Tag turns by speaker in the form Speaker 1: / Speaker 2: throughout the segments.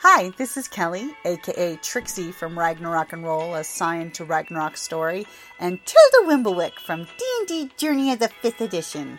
Speaker 1: Hi, this is Kelly, aka Trixie from Ragnarok and Roll, a Sign to Ragnarok story, and Tilda Wimblewick from D&D Journey of the 5th Edition.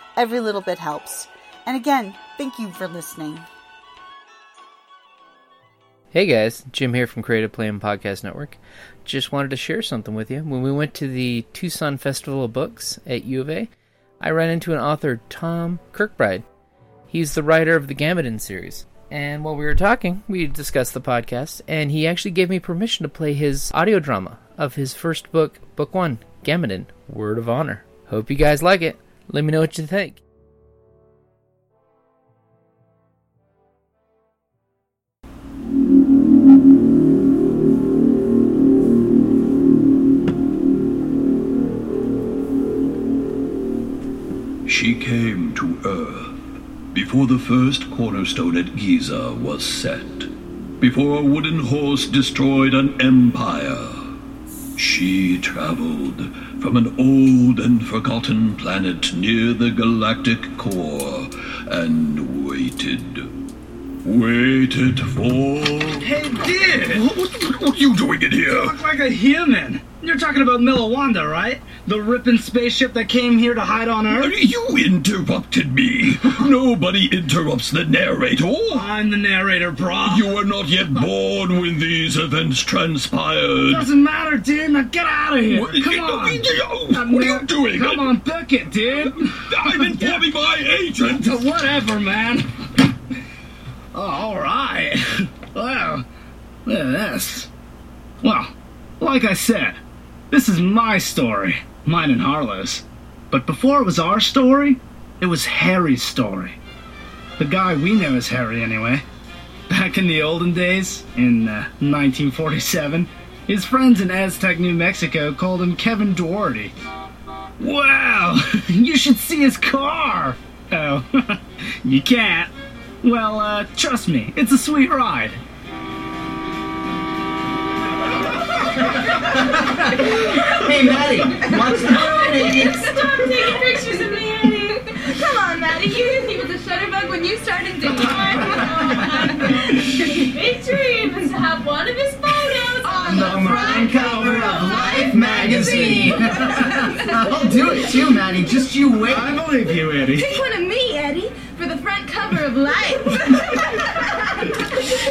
Speaker 1: Every little bit helps. And again, thank you for listening.
Speaker 2: Hey guys, Jim here from Creative Play and Podcast Network. Just wanted to share something with you. When we went to the Tucson Festival of Books at U of A, I ran into an author, Tom Kirkbride. He's the writer of the Gamadin series. And while we were talking, we discussed the podcast, and he actually gave me permission to play his audio drama of his first book, Book One, Gamadin, Word of Honor. Hope you guys like it. Let me know what you think.
Speaker 3: She came to Earth before the first cornerstone at Giza was set, before a wooden horse destroyed an empire. She traveled from an old and forgotten planet near the galactic core and waited. Waited for.
Speaker 4: Hey, Dick!
Speaker 3: What, what, what are you doing in
Speaker 4: You
Speaker 3: here?
Speaker 4: look like a human! You're talking about Milawanda, right? The ripping spaceship that came here to hide on Earth?
Speaker 3: You interrupted me. Nobody interrupts the narrator.
Speaker 4: I'm the narrator, bro.
Speaker 3: You were not yet born when these events transpired.
Speaker 4: Doesn't matter, dude. Now get out of here.
Speaker 3: What-
Speaker 4: Come
Speaker 3: you-
Speaker 4: on.
Speaker 3: you-
Speaker 4: I'm
Speaker 3: what are you
Speaker 4: there-
Speaker 3: doing?
Speaker 4: Come on, book it, dude.
Speaker 3: I'm informing my agent.
Speaker 4: To whatever, man. Oh, all right. Well, look at this. Well, like I said, this is my story, mine and Harlow's. But before it was our story, it was Harry's story. The guy we know as Harry, anyway. Back in the olden days, in uh, 1947, his friends in Aztec, New Mexico called him Kevin Doherty. Wow, you should see his car! Oh, you can't. Well, uh, trust me, it's a sweet ride.
Speaker 5: Hey, Maddie, what's happening?
Speaker 6: Stop taking pictures of me, Annie. Come on, Maddie. You hit me with a shutterbug when you started dating one. Big dream is to have one of his photos on the front cover of Life magazine.
Speaker 5: I'll do it too, Maddie. Just you wait.
Speaker 4: I believe you, Eddie.
Speaker 6: Pick one of me, Eddie, for the front cover of Life.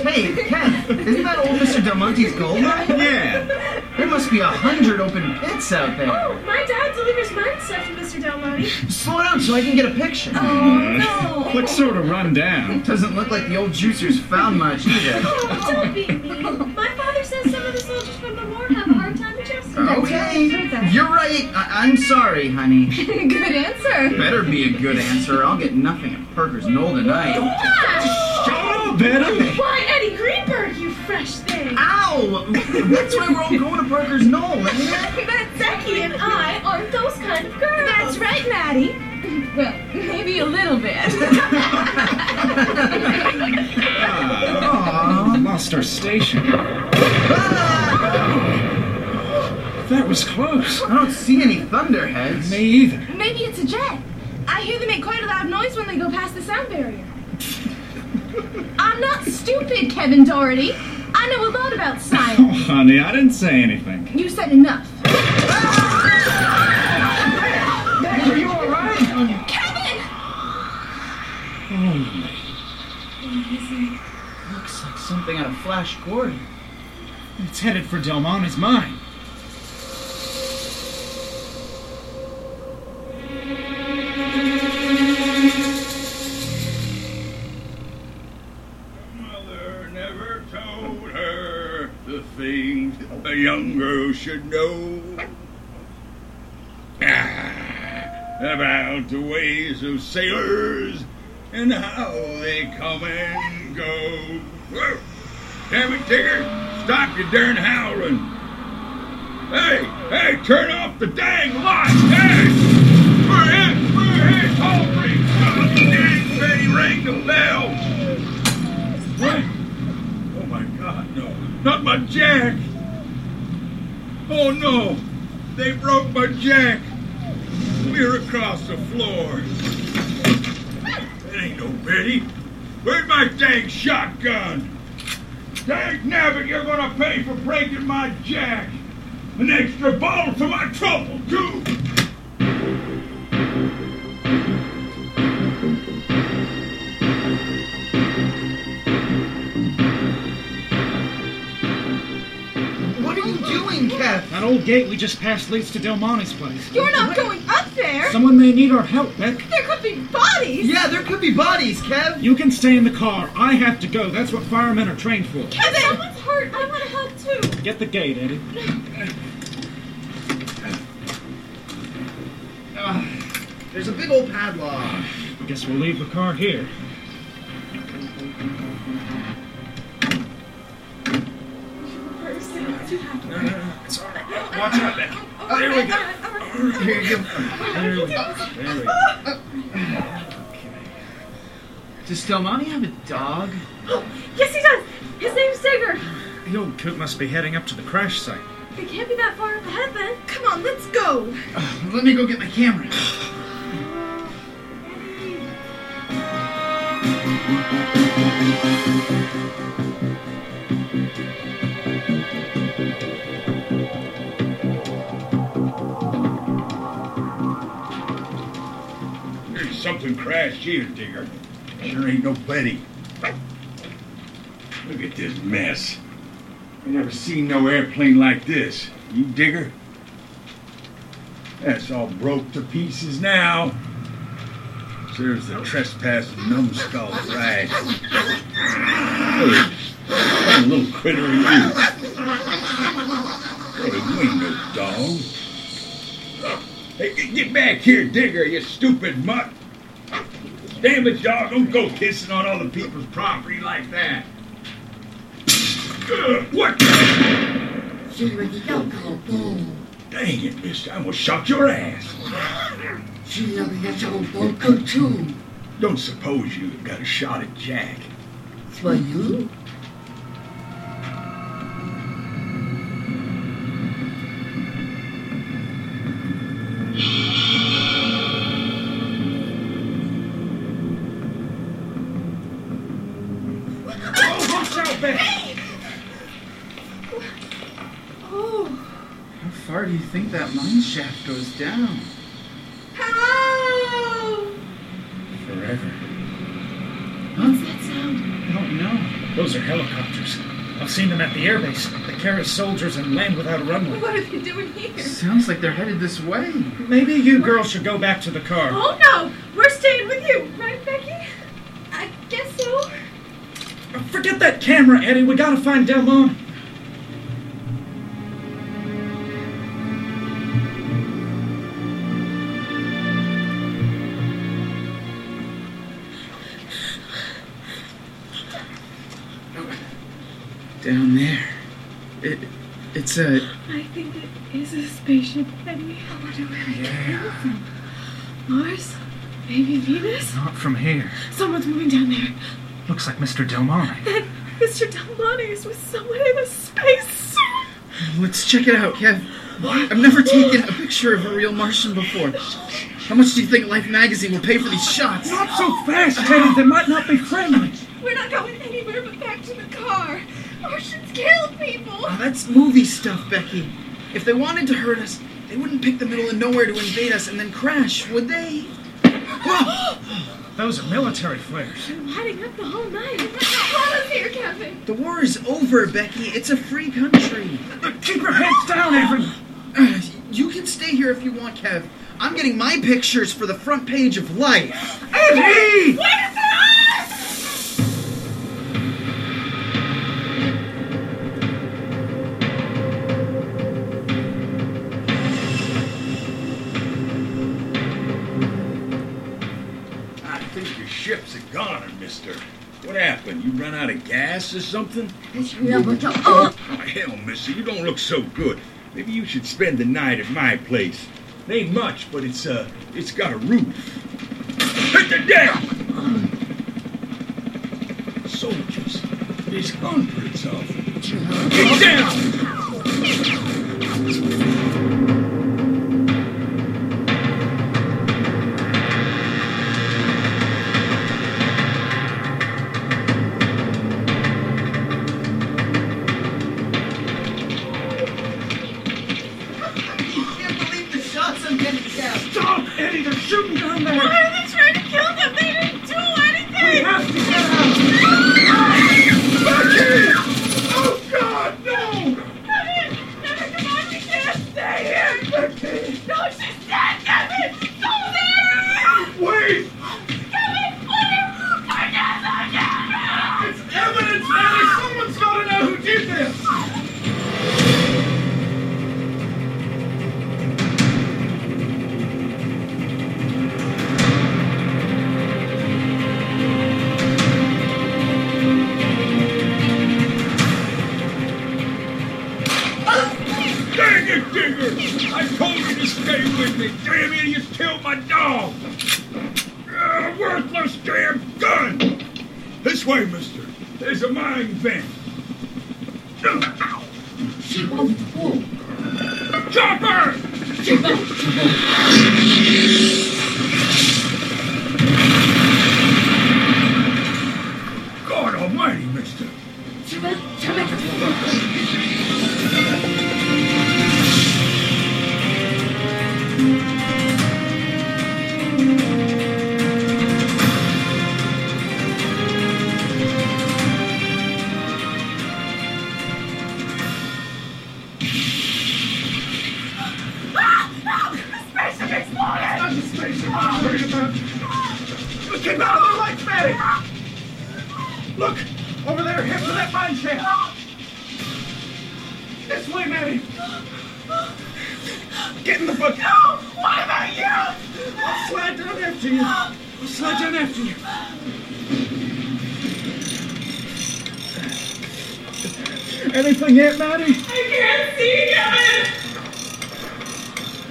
Speaker 5: Hey, Ken, isn't that old Mr. Del Monte's gold mine?
Speaker 4: Yeah.
Speaker 5: There must be a hundred open pits out there.
Speaker 6: My dad delivers mine stuff to Mr. Del Monte.
Speaker 5: Slow down so I can get a picture.
Speaker 6: Oh, no.
Speaker 4: What sort of rundown?
Speaker 5: Doesn't look like the old juicers found much either.
Speaker 6: Oh, don't be mean. My father says some of the soldiers from the war have a hard time adjusting.
Speaker 5: Okay, you're right. I- I'm sorry, honey.
Speaker 6: Good answer.
Speaker 5: Better be a good answer. or I'll get nothing at Parker's Knoll tonight.
Speaker 6: Why?
Speaker 4: Oh, Betty!
Speaker 6: Why, Eddie Greenberg, you fresh thing.
Speaker 5: Ow! That's why we're all going to Parker's Knoll, isn't it?
Speaker 6: But Becky and I aren't those kind of girls. That's right, Maddie. Well, maybe a little bit.
Speaker 4: Aw, lost our station. That was close.
Speaker 5: I don't see any thunderheads.
Speaker 4: Me either.
Speaker 6: maybe it's a jet. I hear they make quite a loud noise when they go past the sound barrier. I'm not stupid, Kevin Doherty. I know a lot about science.
Speaker 4: honey, I didn't say anything.
Speaker 6: You said enough.
Speaker 4: Are you alright?
Speaker 6: Kevin!
Speaker 5: Looks like something out of Flash Gordon.
Speaker 4: It's headed for Delmonte's mine.
Speaker 3: a young girl should know Ah, about the ways of sailors and how they come and go. Whoa. Damn it, Tigger! Stop your darn howling! Hey, hey, turn off the dang light! Hey! We're in! We're in! All three! Come on, dang thing! Ring the bell! Wait! Oh my god, no. Not my jack! Oh no! They broke my jack! Clear across the floor! That ain't no pity! Where's my dang shotgun? Dang nabbit, you're gonna pay for breaking my jack! An extra bottle for my trouble, too!
Speaker 5: What are you doing, Kath?
Speaker 4: That old gate we just passed leads to Delmonte's place.
Speaker 6: You're not going up there.
Speaker 4: Someone may need our help, Beck.
Speaker 6: There could be bodies.
Speaker 5: Yeah, there could be bodies, Kev.
Speaker 4: You can stay in the car. I have to go. That's what firemen are trained for.
Speaker 6: Kevin, someone's hurt. I want to help too.
Speaker 4: Get the gate, Eddie.
Speaker 5: There's a big old padlock.
Speaker 4: Guess we'll leave the car here.
Speaker 3: Uh, Watch out, Beck.
Speaker 6: There
Speaker 5: we go.
Speaker 6: go.
Speaker 5: Here you go. Does Delmonte have a dog?
Speaker 6: Yes, he does. His name's Sigurd.
Speaker 4: The old coot must be heading up to the crash site.
Speaker 6: They can't be that far ahead then. Come on, let's go.
Speaker 5: Uh, Let me go get my camera.
Speaker 3: There's something crashed here, Digger. Sure ain't no Betty. Look at this mess. I never seen no airplane like this. You digger? That's all broke to pieces now. Serves the trespassing numbskull right. Hey, what a little critter are you. Hey, you ain't no dog. Uh, Hey, g- get back here, digger, you stupid mutt. Damn it, dog, don't go kissing on other people's property like that. Ugh, what? the- Dang it, mister, I almost shot your ass. Don't suppose you got a shot at Jack.
Speaker 4: Oh, watch out, Beck!
Speaker 6: Oh.
Speaker 5: How far do you think that mine shaft goes down?
Speaker 6: Hello.
Speaker 4: Forever.
Speaker 6: What's that sound?
Speaker 5: I don't know.
Speaker 4: Those are helicopters. I've seen them at the airbase. They carry soldiers and land without a runway.
Speaker 6: What are they doing here?
Speaker 5: Sounds like they're headed this way.
Speaker 4: Maybe you girls should go back to the car.
Speaker 6: Oh no, we're staying with you, right, Becky? I guess so.
Speaker 4: Forget that camera, Eddie. We gotta find Delmonte.
Speaker 5: Down there. It. It's a.
Speaker 6: I think it is a spaceship, Eddie. I wonder where it came from. Mars? Maybe Venus?
Speaker 4: Not from here.
Speaker 6: Someone's moving down there.
Speaker 4: Looks like Mr. Delmonte.
Speaker 6: That Mr. Delmonte is with someone in a space suit.
Speaker 5: Let's check it out, Kev. I've never taken a picture of a real Martian before. How much do you think Life magazine will pay for these shots?
Speaker 4: Not so fast, Eddie. They might not be friendly.
Speaker 6: We're not going anywhere but back to the car. Martians killed people.
Speaker 5: Oh, that's movie stuff, Becky. If they wanted to hurt us, they wouldn't pick the middle of nowhere to invade us and then crash, would they? Whoa!
Speaker 4: Those are military flares.
Speaker 6: Been lighting up the whole night. Let us here, Kevin.
Speaker 5: The war is over, Becky. It's a free country.
Speaker 4: Keep your heads down, everyone.
Speaker 5: Uh, You can stay here if you want, Kev. I'm getting my pictures for the front page of Life.
Speaker 4: Eddie!
Speaker 5: ship's a goner, mister. What happened? You run out of gas or something?
Speaker 6: Oh,
Speaker 5: Oh, hell, mister, you don't look so good. Maybe you should spend the night at my place. It ain't much, but it's, uh, it's got a roof. Hit the damn! Soldiers, there's hundreds of them. Get down!
Speaker 7: I can't believe the shots I'm getting, Cap.
Speaker 5: Stop, Eddie! They're shooting down there!
Speaker 6: why are they trying to kill them? They didn't do anything! Ah!
Speaker 5: have to get out! Bucky! Oh, God, no!
Speaker 6: Kevin! Kevin, come on, we can't stay here! No, she's dead, Kevin! Go there!
Speaker 5: Wait!
Speaker 6: Kevin, let her! I guess I'm dead!
Speaker 5: It's evidence, Eddie! Someone's gotta know who did this! Dang it, Digger! I told you to stay with me! Damn idiots killed my dog! Ah, worthless damn gun! This way, mister. There's a mine vent. Chopper! God almighty, mister. Not the space I'm worried about. Look, came out of the light, Fatty! Look! Over there, head for that mine shaft! This way, Maddie! Get in the bucket! No! What about you? I'll slide down after you! I'll slide down after you! Anything yet, Maddie?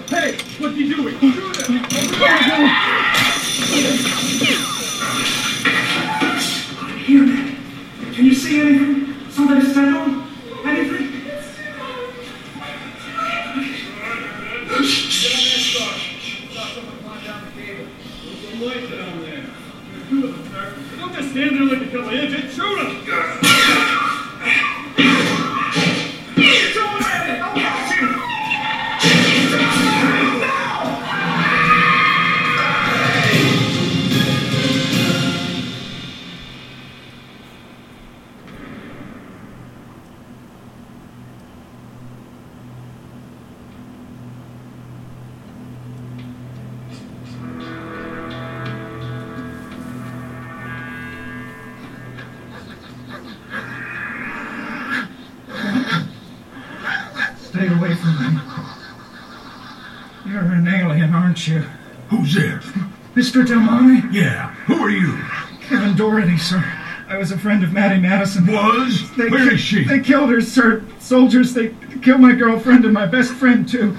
Speaker 5: Hey, what are you doing?
Speaker 8: Hear that? Can you see anything? Somebody step on? Anything?
Speaker 5: Don't just stand there like a couple of idiots. Shoot him!
Speaker 8: Stay away from them. You're an alien, aren't you?
Speaker 5: Who's there?
Speaker 8: Mr. Delmonte?
Speaker 5: Yeah. Who are you?
Speaker 8: Kevin Doherty, sir. I was a friend of Maddie Madison.
Speaker 5: Was?
Speaker 8: They
Speaker 5: Where
Speaker 8: ki-
Speaker 5: is she?
Speaker 8: They killed her, sir. Soldiers, they killed my girlfriend and my best friend, too.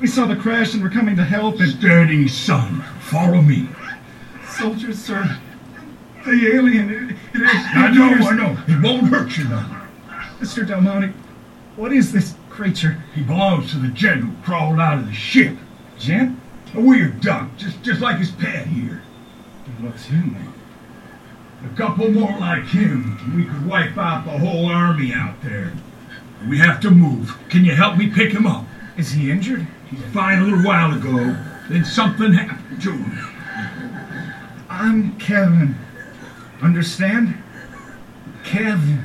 Speaker 8: We saw the crash and were coming to help, and
Speaker 5: Steady,
Speaker 3: um,
Speaker 5: son. Follow me.
Speaker 8: soldiers, sir. The alien. It, it, it,
Speaker 5: I know, I know. It won't hurt you none.
Speaker 8: Mr. Delmonte, what is this creature?
Speaker 5: He belongs to the gent who crawled out of the ship.
Speaker 8: Gent?
Speaker 5: A weird duck, just just like his pad here.
Speaker 8: It looks human.
Speaker 5: A couple more like him, and we could wipe out the whole army out there. We have to move. Can you help me pick him up?
Speaker 8: Is he injured?
Speaker 5: He's fine a little while ago. Then something happened to him.
Speaker 8: I'm Kevin. Understand? Kevin.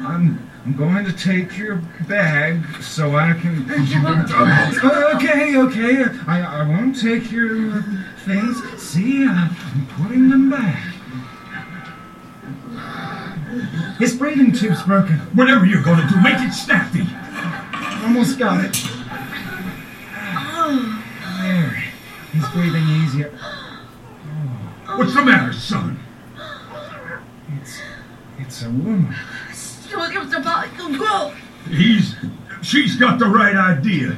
Speaker 8: I'm I'm going to take your bag so I can. okay, okay. I, I won't take your uh, things. See, I'm putting them back. His breathing tube's broken.
Speaker 5: Whatever you're gonna do, make it snappy.
Speaker 8: Almost got it. There. He's breathing easier. Oh.
Speaker 5: What's the matter, son?
Speaker 9: It's, it's a woman.
Speaker 6: It was, it was about well,
Speaker 5: He's. She's got the right idea.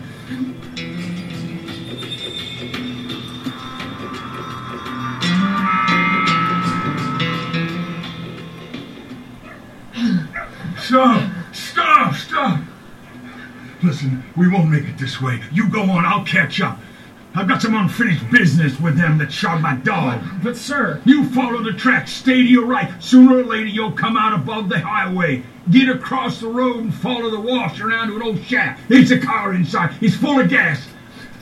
Speaker 5: Stop! Stop! Stop! Listen, we won't make it this way. You go on, I'll catch up. I've got some unfinished business with them that shot my dog.
Speaker 9: But, sir,
Speaker 5: You follow the track, stay to your right. Sooner or later, you'll come out above the highway. Get across the road and follow the wash around to an old shack. There's a car inside. It's full of gas.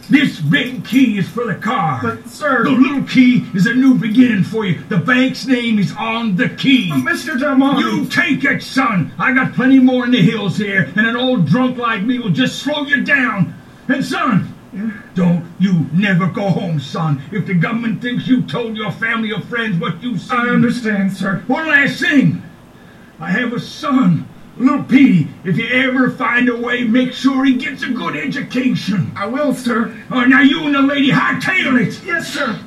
Speaker 5: This big key is for the car.
Speaker 9: but, sir,
Speaker 5: the little key is a new beginning for you. The bank's name is on the key.
Speaker 9: Mr. Delmont.
Speaker 5: You take it, son. I got plenty more in the hills here, and an old drunk like me will just slow you down. And, son, don't you never go home, son. If the government thinks you told your family or friends what you seen.
Speaker 9: I understand, sir.
Speaker 5: One last thing. I have a son, little Petey. If you ever find a way, make sure he gets a good education.
Speaker 9: I will, sir.
Speaker 5: Oh, now you and the lady hightail it.
Speaker 9: Yes, sir.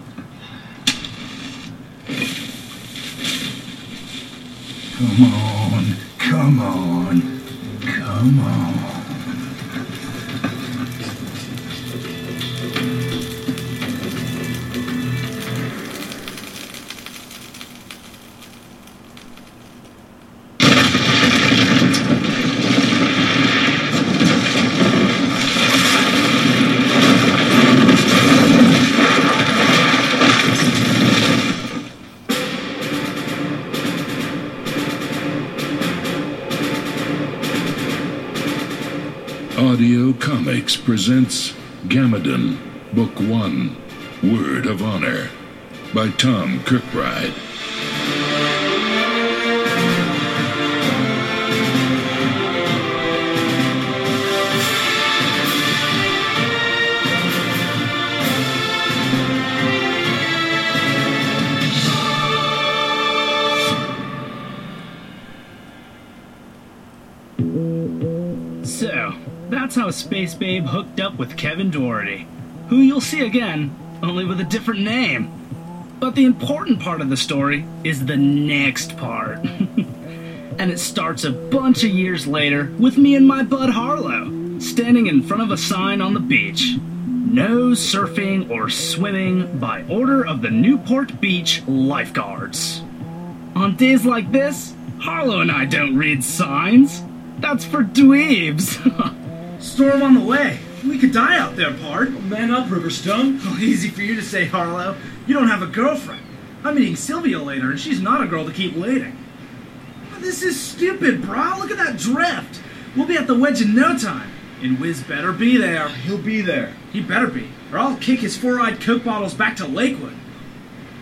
Speaker 5: Come on, come on, come on.
Speaker 3: Audio Comics presents Gamadon, Book One Word of Honor by Tom Kirkbride.
Speaker 10: So, that's how Space Babe hooked up with Kevin Doherty, who you'll see again, only with a different name. But the important part of the story is the next part. and it starts a bunch of years later with me and my bud Harlow standing in front of a sign on the beach. No surfing or swimming by order of the Newport Beach lifeguards. On days like this, Harlow and I don't read signs. That's for dweebs.
Speaker 4: Storm on the way. We could die out there, Pard.
Speaker 9: Oh, Man up, Riverstone.
Speaker 4: Oh, easy for you to say, Harlow. You don't have a girlfriend. I'm meeting Sylvia later, and she's not a girl to keep waiting. Oh, This is stupid, brah. Look at that drift. We'll be at the wedge in no time. And Wiz better be there. He'll be there. He better be, or I'll kick his four-eyed Coke bottles back to Lakewood.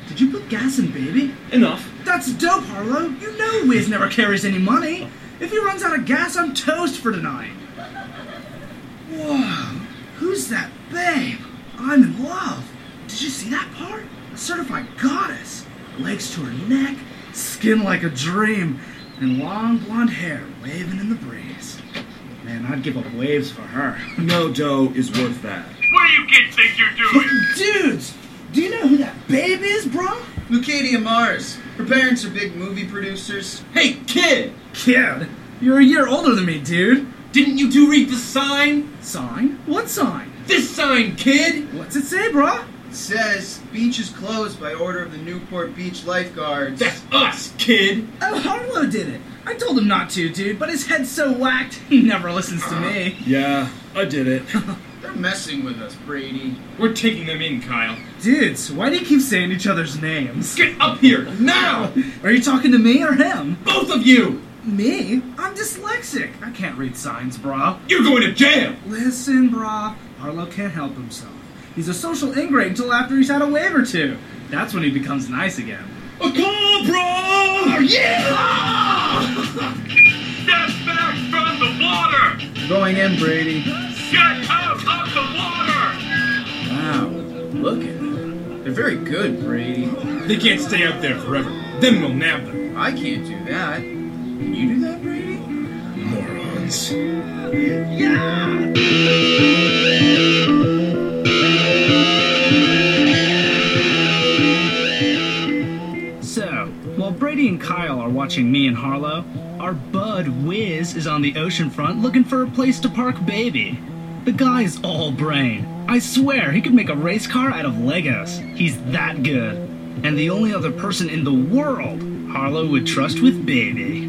Speaker 4: Did you put gas in, baby?
Speaker 9: Enough.
Speaker 4: That's dope, Harlow. You know Wiz never carries any money. If he runs out of gas, I'm toast for tonight. Whoa, who's that babe? I'm in love. Did you see that part? A certified goddess. Legs to her neck, skin like a dream, and long blonde hair waving in the breeze. Man, I'd give up waves for her.
Speaker 9: No dough is worth that.
Speaker 5: What do you kids think you're doing?
Speaker 4: Dudes, do you know who that babe is, bro?
Speaker 11: Lucadia Mars. Her parents are big movie producers. Hey, kid!
Speaker 4: Kid, you're a year older than me, dude.
Speaker 11: Didn't you two read the sign?
Speaker 4: Sign? What sign?
Speaker 11: This sign, kid!
Speaker 4: What's it say, bro?
Speaker 11: It says, beach is closed by order of the Newport Beach lifeguards.
Speaker 4: us, kid. Oh, Harlow did it. I told him not to, dude, but his head's so whacked, he never listens
Speaker 11: Uh,
Speaker 4: to me.
Speaker 9: Yeah, I did it.
Speaker 11: They're messing with us, Brady.
Speaker 9: We're taking them in, Kyle.
Speaker 4: Dudes, why do you keep saying each other's names?
Speaker 9: Get up here, now!
Speaker 4: Are you talking to me or him?
Speaker 9: Both of you!
Speaker 4: Me? I'm dyslexic. I can't read signs, brah.
Speaker 9: You're going to jail!
Speaker 4: Listen, brah. Harlow can't help himself. He's a social ingrate until after he's had a wave or two. That's when he becomes nice again.
Speaker 9: A cobra!
Speaker 5: Yeah! Get back from the water!
Speaker 11: Going in, Brady.
Speaker 5: Get out of the water!
Speaker 11: Wow, look at them. They're very good, Brady.
Speaker 9: They can't stay up there forever. Then we'll nab them.
Speaker 11: I can't do that. Can you do that, Brady?
Speaker 9: Morons.
Speaker 4: While Brady and Kyle are watching me and Harlow, our bud Wiz is on the ocean front looking for a place to park baby. The guy is all brain. I swear he could make a race car out of Legos. He's that good. And the only other person in the world Harlow would trust with baby.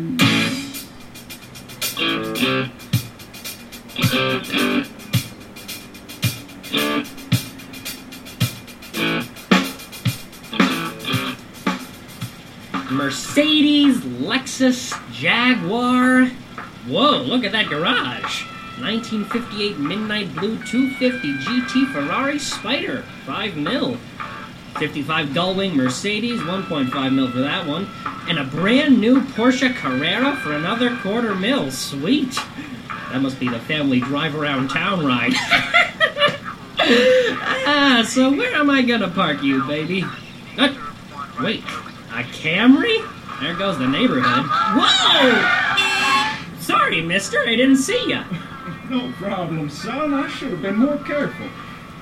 Speaker 12: Mercedes, Lexus, Jaguar. Whoa, look at that garage. 1958 Midnight Blue 250 GT Ferrari Spider, 5 mil. 55 Gullwing Mercedes, 1.5 mil for that one. And a brand new Porsche Carrera for another quarter mil. Sweet. That must be the family drive around town ride. ah, so where am I gonna park you, baby? Uh, wait, a Camry? There goes the neighborhood. Whoa! Sorry, mister, I didn't see ya.
Speaker 13: No problem, son. I should have been more careful.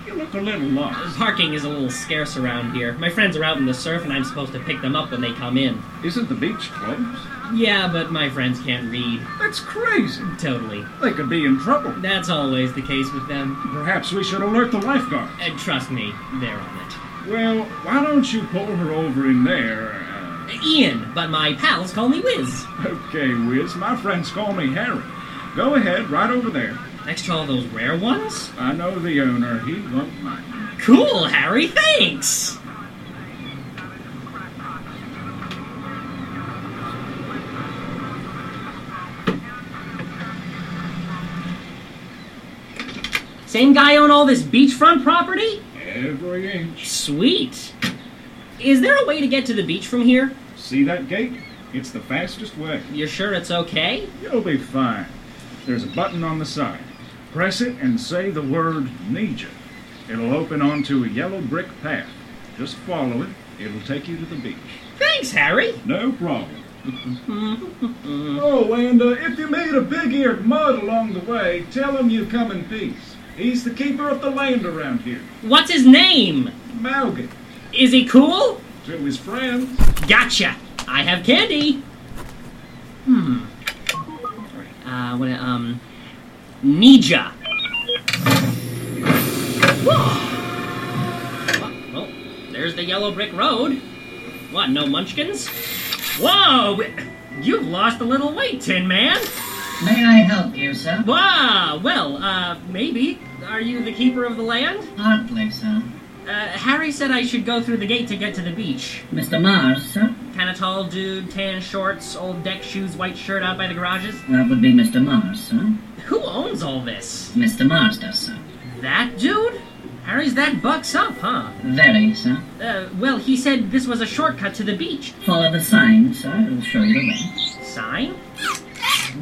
Speaker 13: You look a little lost.
Speaker 12: Parking is a little scarce around here. My friends are out in the surf, and I'm supposed to pick them up when they come in.
Speaker 13: Isn't the beach closed?
Speaker 12: Yeah, but my friends can't read.
Speaker 13: That's crazy.
Speaker 12: Totally.
Speaker 13: They could be in trouble.
Speaker 12: That's always the case with them.
Speaker 13: Perhaps we should alert the lifeguards.
Speaker 12: And trust me, they're on it.
Speaker 13: Well, why don't you pull her over in there? Uh...
Speaker 12: Ian, but my pals call me Wiz.
Speaker 13: Okay, Wiz. My friends call me Harry. Go ahead, right over there.
Speaker 12: Next to all those rare ones?
Speaker 13: I know the owner. He won't mind.
Speaker 12: Cool, Harry. Thanks. Same guy own all this beachfront property?
Speaker 13: Every inch.
Speaker 12: Sweet. Is there a way to get to the beach from here?
Speaker 13: See that gate? It's the fastest way.
Speaker 12: You're sure it's okay?
Speaker 13: You'll be fine. There's a button on the side. Press it and say the word Nija. It'll open onto a yellow brick path. Just follow it. It'll take you to the beach.
Speaker 12: Thanks, Harry.
Speaker 13: No problem.
Speaker 14: Mm-hmm.
Speaker 13: oh, and uh, if you meet a big-eared mud along the way, tell him you come in peace. He's the keeper of the land around here.
Speaker 12: What's his name?
Speaker 13: Malgan.
Speaker 12: Is he cool?
Speaker 13: To his friends.
Speaker 12: Gotcha. I have candy. Hmm. Uh, what, um, Nija. Whoa. Well, there's the yellow brick road. What, no munchkins? Whoa! You've lost a little weight, Tin Man.
Speaker 15: May I help you, sir?
Speaker 12: Wow, well, uh, maybe. Are you the keeper of the land?
Speaker 15: Hardly, sir.
Speaker 12: Uh, Harry said I should go through the gate to get to the beach.
Speaker 15: Mr. Mars, sir?
Speaker 12: Kinda tall dude, tan shorts, old deck shoes, white shirt out by the garages?
Speaker 15: That would be Mr. Mars, sir.
Speaker 12: Who owns all this?
Speaker 15: Mr. Mars does, sir.
Speaker 12: That dude? Harry's that bucks up, huh?
Speaker 15: Very, sir.
Speaker 12: Uh, well, he said this was a shortcut to the beach.
Speaker 15: Follow the sign, sir. It'll show you the way.
Speaker 12: Sign?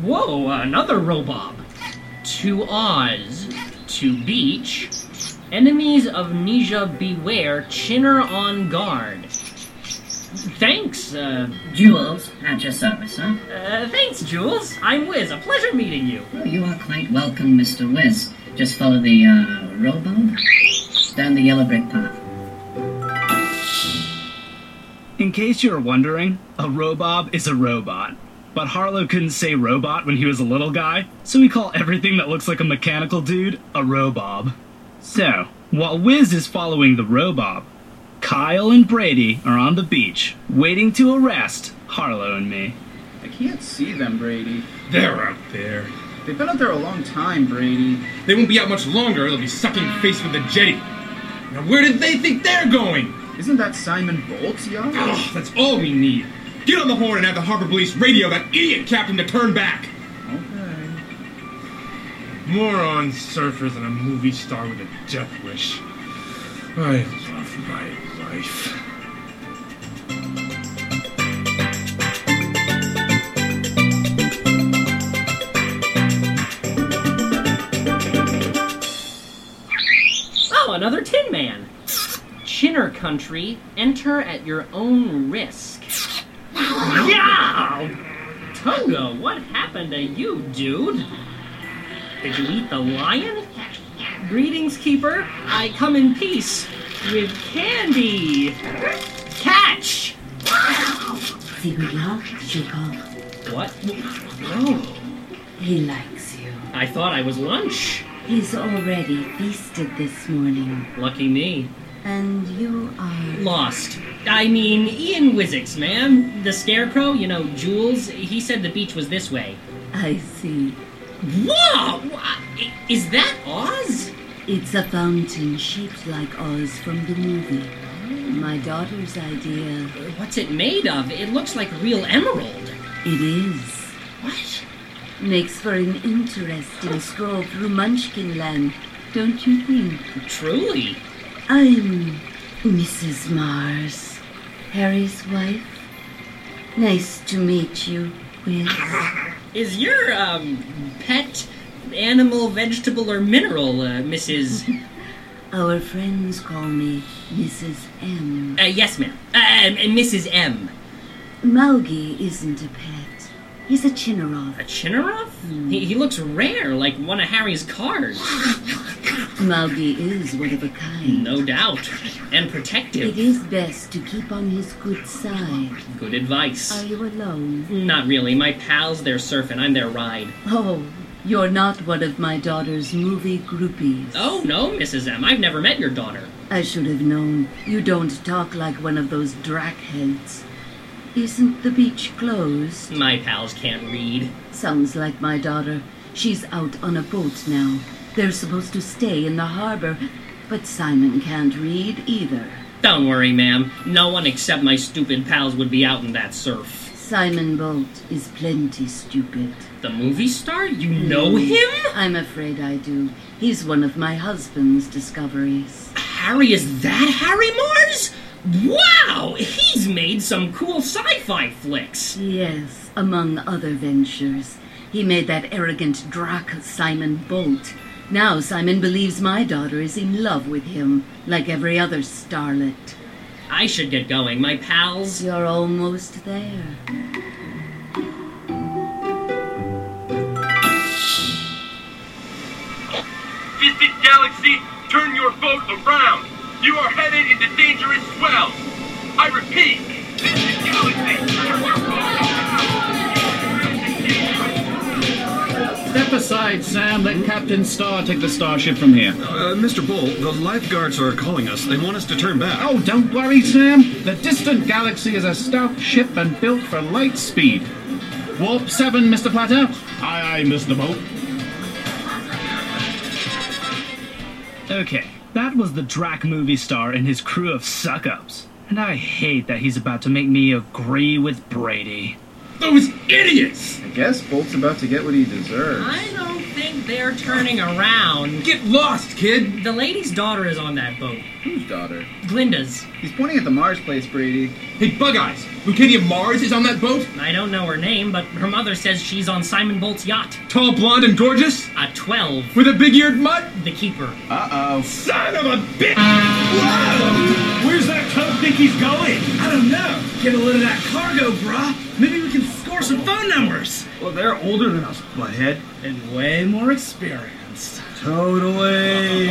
Speaker 12: Whoa, another Robob. To Oz, to Beach. Enemies of Nija beware, Chinner on guard. Thanks, uh.
Speaker 15: Jules, at your service, huh?
Speaker 12: Uh, thanks, Jules. I'm Wiz. A pleasure meeting you.
Speaker 15: Oh, you are quite welcome, Mr. Wiz. Just follow the, uh, Robob down the yellow brick path.
Speaker 4: In case you're wondering, a Robob is a robot but Harlow couldn't say robot when he was a little guy, so we call everything that looks like a mechanical dude a robob. So, while Wiz is following the robob, Kyle and Brady are on the beach, waiting to arrest Harlow and me.
Speaker 16: I can't see them, Brady.
Speaker 14: They're out there.
Speaker 16: They've been out there a long time, Brady.
Speaker 14: They won't be out much longer, they'll be sucking face with the jetty. Now, where did they think they're going?
Speaker 16: Isn't that Simon Bolt's yacht?
Speaker 14: Oh, that's all we need. Get on the horn and have the harbor police radio that idiot captain to turn back.
Speaker 16: Okay.
Speaker 14: Moron surfers and a movie star with a death wish. I love my life.
Speaker 12: Oh, another Tin Man. Chinner Country, enter at your own risk. Yeah! Toga, what happened to you, dude? Did you eat the lion? Greetings, Keeper. I come in peace with candy. Catch!
Speaker 17: C'est Goodlock, Chekhov.
Speaker 12: What? No.
Speaker 17: He likes you.
Speaker 12: I thought I was lunch.
Speaker 17: He's already feasted this morning.
Speaker 12: Lucky me.
Speaker 17: And you are.
Speaker 12: Lost. I mean, Ian Wizix, man. The scarecrow, you know, Jules, he said the beach was this way.
Speaker 17: I see.
Speaker 12: Whoa! I- Is that Oz?
Speaker 17: It's a fountain shaped like Oz from the movie. My daughter's idea.
Speaker 12: What's it made of? It looks like real emerald.
Speaker 17: It is.
Speaker 12: What?
Speaker 17: Makes for an interesting stroll through Munchkin Land, don't you think?
Speaker 12: Truly.
Speaker 17: I'm Mrs. Mars, Harry's wife. Nice to meet you, Wiz.
Speaker 12: Is your, um, pet animal, vegetable, or mineral, uh, Mrs.
Speaker 17: Our friends call me Mrs. M.
Speaker 12: Uh, yes, ma'am. Uh, um, Mrs. M.
Speaker 17: Maugi isn't a pet. He's a Chinarov. Hmm.
Speaker 12: A Chinarov? He, he looks rare, like one of Harry's cards.
Speaker 17: Maugi is one of a kind.
Speaker 12: No doubt. And protective.
Speaker 17: It is best to keep on his good side.
Speaker 12: Good advice.
Speaker 17: Are you alone?
Speaker 12: Not really. My pals, they're surfing. I'm their ride.
Speaker 17: Oh, you're not one of my daughter's movie groupies.
Speaker 12: Oh, no, Mrs. M. I've never met your daughter.
Speaker 17: I should have known. You don't talk like one of those drakheads. Isn't the beach closed?
Speaker 12: My pals can't read.
Speaker 17: Sounds like my daughter. She's out on a boat now. They're supposed to stay in the harbor, but Simon can't read either.
Speaker 12: Don't worry, ma'am. No one except my stupid pals would be out in that surf.
Speaker 17: Simon Bolt is plenty stupid.
Speaker 12: The movie star? You know him?
Speaker 17: Hmm. I'm afraid I do. He's one of my husband's discoveries.
Speaker 12: Harry is that Harry Mars? Wow! He's made some cool sci fi flicks.
Speaker 17: Yes, among other ventures. He made that arrogant drac Simon Bolt. Now Simon believes my daughter is in love with him, like every other starlet.
Speaker 12: I should get going. My pals.
Speaker 17: You're almost there.
Speaker 18: Fisted Galaxy, turn your boat around. You are headed into dangerous swell. I repeat, Fisted Galaxy, turn your
Speaker 19: Step aside, Sam. Let Captain Star take the starship from here.
Speaker 20: Uh, Mr. Bull, the lifeguards are calling us. They want us to turn back.
Speaker 19: Oh, don't worry, Sam. The distant galaxy is a stout ship and built for light speed. Warp 7, Mr. Platter. Aye, aye, Mr. Bolt.
Speaker 21: Okay, that was the Drac movie star and his crew of suck-ups. And I hate that he's about to make me agree with Brady.
Speaker 14: Those idiots!
Speaker 22: I guess Bolt's about to get what he deserves.
Speaker 12: I don't think they're turning around.
Speaker 22: Get lost, kid!
Speaker 12: The lady's daughter is on that boat.
Speaker 22: Whose daughter?
Speaker 12: Glinda's.
Speaker 22: He's pointing at the Mars place, Brady.
Speaker 19: Hey, Bug Eyes! Lucadia Mars is on that boat?
Speaker 12: I don't know her name, but her mother says she's on Simon Bolt's yacht.
Speaker 19: Tall, blonde, and gorgeous?
Speaker 12: A 12.
Speaker 19: With a big eared mutt?
Speaker 12: The keeper.
Speaker 19: Uh oh.
Speaker 14: Son of a bitch! Whoa! Where's that cub think he's going?
Speaker 5: I don't know. Get a load of that cargo, brah. Maybe we can score some phone numbers.
Speaker 19: Well, they're older than us, butthead.
Speaker 5: And way more experienced.
Speaker 19: Totally.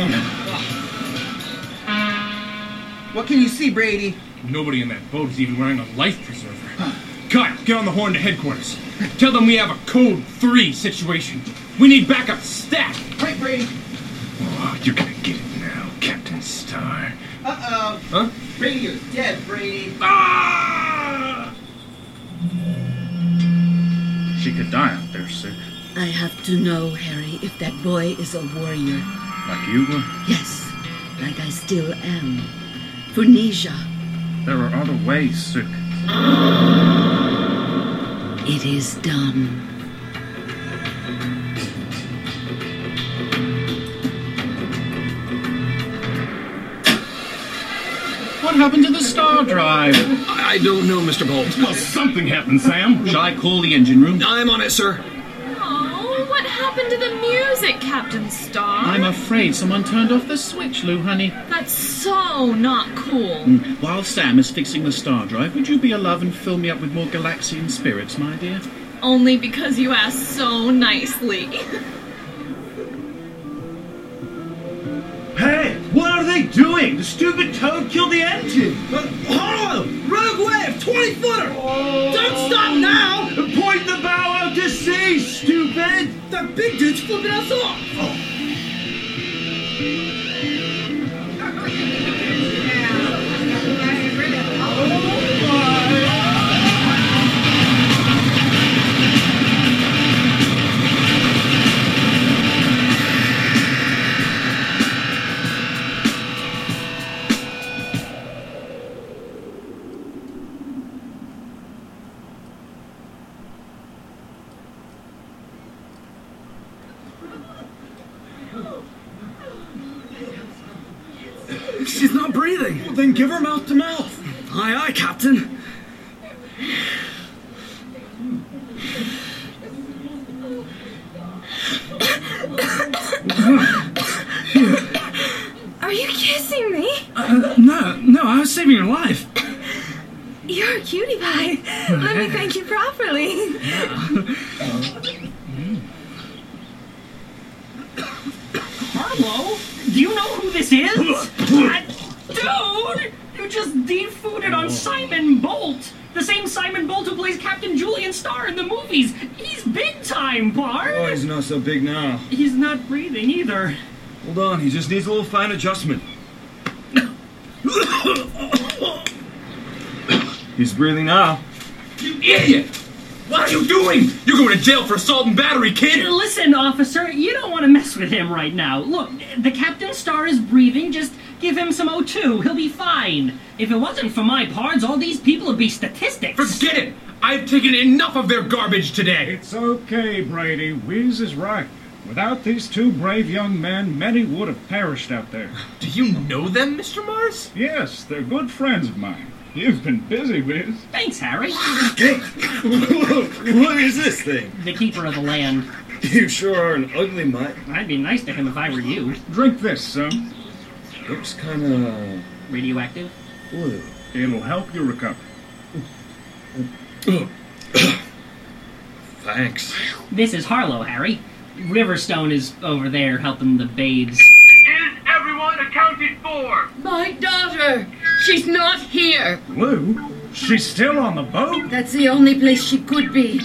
Speaker 16: What can you see, Brady?
Speaker 14: Nobody in that boat is even wearing a life preserver. Cut! Get on the horn to headquarters. Tell them we have a code three situation. We need backup stat.
Speaker 16: Right, Brady.
Speaker 14: Oh, you're gonna get it now, Captain Star.
Speaker 16: Uh oh.
Speaker 14: Huh?
Speaker 16: Radio's dead, Brady.
Speaker 21: Uh,
Speaker 13: She could die out there sick.
Speaker 17: I have to know, Harry, if that boy is a warrior.
Speaker 13: Like you were.
Speaker 17: Yes, like I still am. For Nisha,
Speaker 13: There are other ways, sick.
Speaker 17: it is done.
Speaker 19: What happened to the star drive?
Speaker 20: I don't know, Mr. Bolt.
Speaker 19: Well, something happened, Sam. Shall I call the engine room?
Speaker 20: I'm on it, sir.
Speaker 6: Oh, what happened to the music, Captain Star?
Speaker 19: I'm afraid someone turned off the switch, Lou, honey.
Speaker 6: That's so not cool.
Speaker 19: Mm, While Sam is fixing the star drive, would you be a love and fill me up with more Galaxian spirits, my dear?
Speaker 6: Only because you asked so nicely.
Speaker 5: Hey, what are they doing? The stupid toad killed the engine. Uh, Harlow, rogue wave, 20 footer. Don't stop now. Point the bow out to sea, stupid. Oh, That big dude's flipping us off.
Speaker 4: She's not breathing. Well, then give her mouth to mouth. Aye, aye, Captain.
Speaker 6: Are you kissing me?
Speaker 4: Uh, no, no, I was saving your life.
Speaker 6: You're a cutie pie. Let me thank you properly.
Speaker 12: Harlow? Do you know who this is? I- Dude! You just defooted on Simon Bolt! The same Simon Bolt who plays Captain Julian Starr in the movies! He's big time, Bard!
Speaker 23: Oh, he's not so big now.
Speaker 12: He's not breathing either.
Speaker 23: Hold on, he just needs a little fine adjustment.
Speaker 19: He's breathing now.
Speaker 18: You idiot! What are you doing? You're going to jail for assault and battery, kid!
Speaker 12: Listen, officer, you don't want to mess with him right now. Look, the Captain Star is breathing. Just give him some O2. He'll be fine. If it wasn't for my pards, all these people would be statistics.
Speaker 14: Forget it! I've taken enough of their garbage today!
Speaker 13: It's okay, Brady. Wheeze is right. Without these two brave young men, many would have perished out there. Do you know them, Mr. Mars? Yes, they're good friends of mine. You've been busy, Wiz.
Speaker 12: Thanks, Harry.
Speaker 13: what is this thing?
Speaker 12: The keeper of the land.
Speaker 13: You sure are an ugly mutt.
Speaker 12: I'd be nice to him if I were you.
Speaker 13: Drink this, son.
Speaker 12: Looks kind of. radioactive?
Speaker 13: It'll help you recover.
Speaker 12: Thanks. This is Harlow, Harry. Riverstone is over there helping the babes.
Speaker 18: Is everyone accounted for?
Speaker 1: My daughter! She's not here!
Speaker 13: Lou? She's still on the boat?
Speaker 17: That's the only place she could be.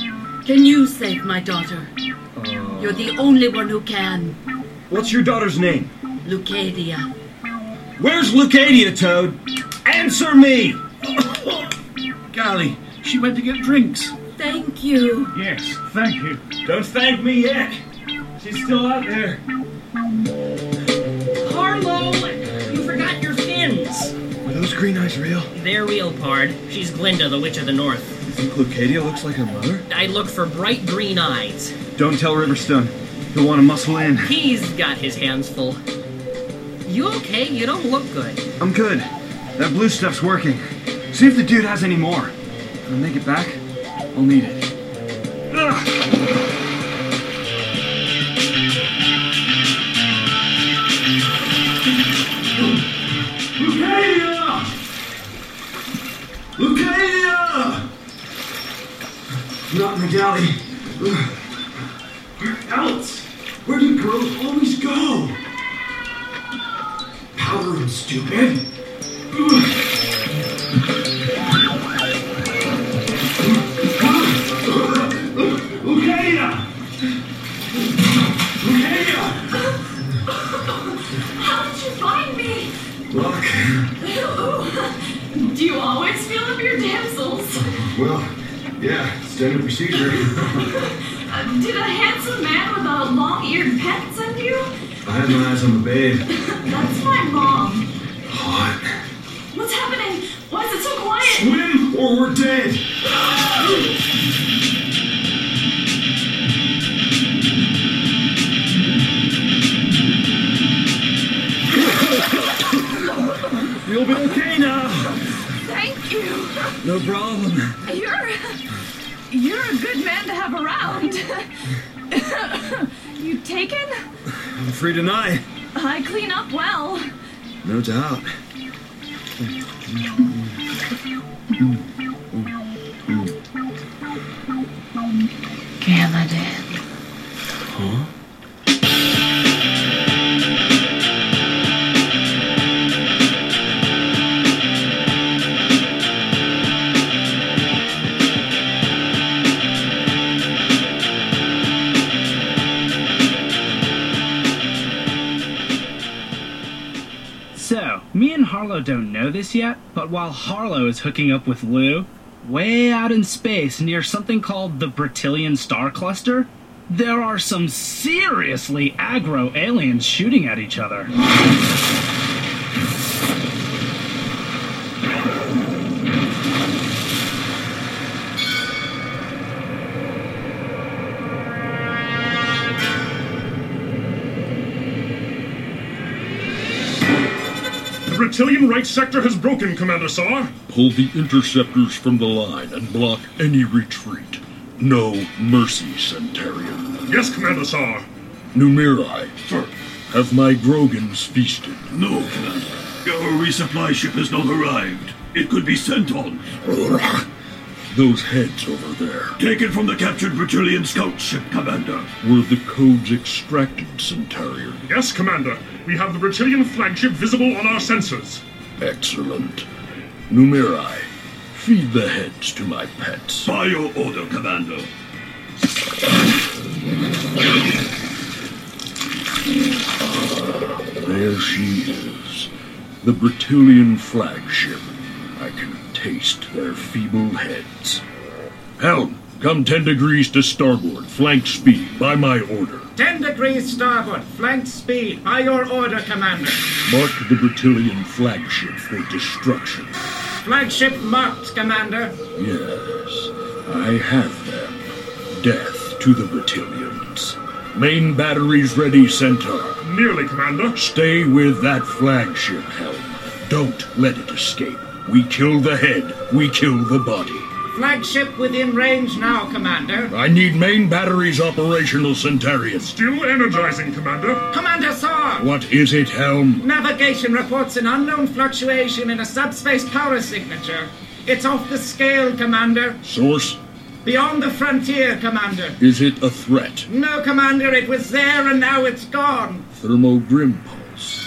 Speaker 17: Can you save my daughter? You're the only one who can.
Speaker 23: What's your daughter's name?
Speaker 17: Lucadia.
Speaker 23: Where's Lucadia, Toad? Answer me!
Speaker 19: Golly, she went to get drinks.
Speaker 17: Thank you.
Speaker 13: Yes, thank you.
Speaker 23: Don't thank me yet. She's still out there.
Speaker 12: Harlow! You forgot your fins!
Speaker 20: Were those green eyes real?
Speaker 12: They're real, Pard. She's Glinda, the Witch of the North.
Speaker 20: You think Lucadia looks like her mother?
Speaker 12: I look for bright green eyes.
Speaker 20: Don't tell Riverstone. He'll want to muscle in.
Speaker 12: He's got his hands full. You okay? You don't look good.
Speaker 20: I'm good. That blue stuff's working. See if the dude has any more. When they get back, I'll need it.
Speaker 5: Lucadia! Lucadia! Not in the galley. Where else? Where do girls always go? Powder room, stupid. Lucadia! Lucadia!
Speaker 6: How did you find me?
Speaker 23: Look,
Speaker 6: Ew. Do you always feel up your damsels?
Speaker 23: well, yeah, standard procedure.
Speaker 6: Uh, did a handsome man with a long-eared pet send you?
Speaker 23: I had my eyes on the babe.
Speaker 6: That's my mom.
Speaker 23: Hot.
Speaker 6: What's happening? Why is it so quiet?
Speaker 23: Swim or we're dead.
Speaker 5: You'll be okay now.
Speaker 6: Thank you.
Speaker 23: No problem.
Speaker 6: You're you're a good man to have around. you taken?
Speaker 20: I'm free tonight.
Speaker 6: I clean up well.
Speaker 20: No doubt.
Speaker 1: Galadin.
Speaker 20: Huh?
Speaker 21: Harlow don't know this yet, but while Harlow is hooking up with Lou, way out in space near something called the Bertillion Star Cluster, there are some seriously aggro aliens shooting at each other.
Speaker 24: The Reptilian right sector has broken, Commander Saar.
Speaker 3: Pull the interceptors from the line and block any retreat. No mercy, Centurion.
Speaker 24: Yes, Commander Saar.
Speaker 3: Numeri. Have my Grogans feasted. No, Commander.
Speaker 23: Our resupply ship has not arrived. It could be sent on.
Speaker 3: Those heads over there
Speaker 23: Taken from the captured Bertillion scout ship, Commander.
Speaker 3: were the codes extracted, Centurion.
Speaker 24: Yes, Commander. We have the Bertillion flagship visible on our sensors.
Speaker 3: Excellent. Numeri, feed the heads to my pets.
Speaker 23: By your order, Commander.
Speaker 3: There she is, the Bertillion flagship. I can taste their feeble heads. Helm, come 10 degrees to starboard, flank speed, by my order.
Speaker 25: Ten degrees starboard, flank speed, by your order, Commander.
Speaker 3: Mark the Bertillion flagship for destruction.
Speaker 25: Flagship marked, Commander.
Speaker 3: Yes, I have them. Death to the Bertillions. Main batteries ready, Centaur.
Speaker 24: Nearly, Commander.
Speaker 3: Stay with that flagship, Helm. Don't let it escape. We kill the head, we kill the body.
Speaker 25: Flagship within range now, Commander.
Speaker 3: I need main batteries operational, Centurion.
Speaker 24: Still energizing, Commander.
Speaker 25: Commander Saar!
Speaker 3: What is it, Helm?
Speaker 25: Navigation reports an unknown fluctuation in a subspace power signature. It's off the scale, Commander.
Speaker 3: Source,
Speaker 25: Beyond the frontier, Commander.
Speaker 3: is it a threat?
Speaker 25: No, Commander, it was there and now it's gone.
Speaker 3: Thermogrim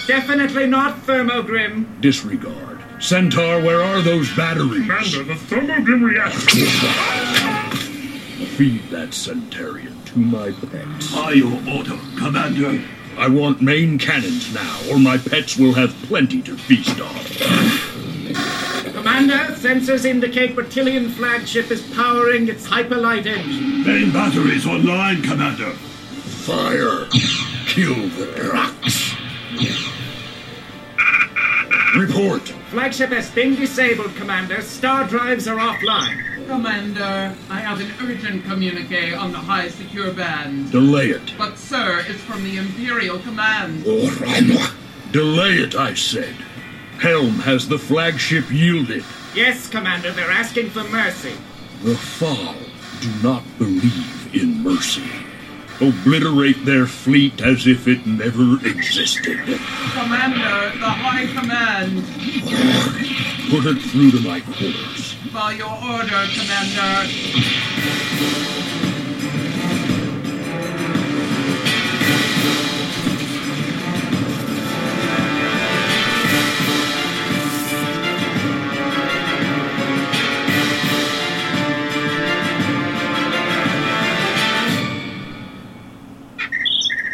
Speaker 25: Definitely not Thermogrim.
Speaker 3: disregard. Centaur, where are those batteries?
Speaker 24: Commander, the Thermogrim reactor.
Speaker 3: Feed that Centurion to my pets. By your order, Commander. I want main cannons now, or my pets will have plenty to feast on.
Speaker 25: Commander, sensors indicate Bertillion flagship is powering its hyperlight engine.
Speaker 23: Main batteries online, Commander.
Speaker 3: Fire! Kill the Drax! Report!
Speaker 25: Flagship has been disabled, Commander. Star drives are offline.
Speaker 8: Commander, I have an urgent communique on the high secure band.
Speaker 3: Delay it.
Speaker 8: But, sir, it's from the Imperial Command.
Speaker 3: Delay it, I said. Helm, has the flagship yielded?
Speaker 25: Yes, Commander, they're asking for mercy.
Speaker 3: The Fall do not believe in mercy. Obliterate their fleet as if it never existed.
Speaker 8: Commander, the High Command.
Speaker 3: Put it through to my quarters.
Speaker 8: By your order, Commander.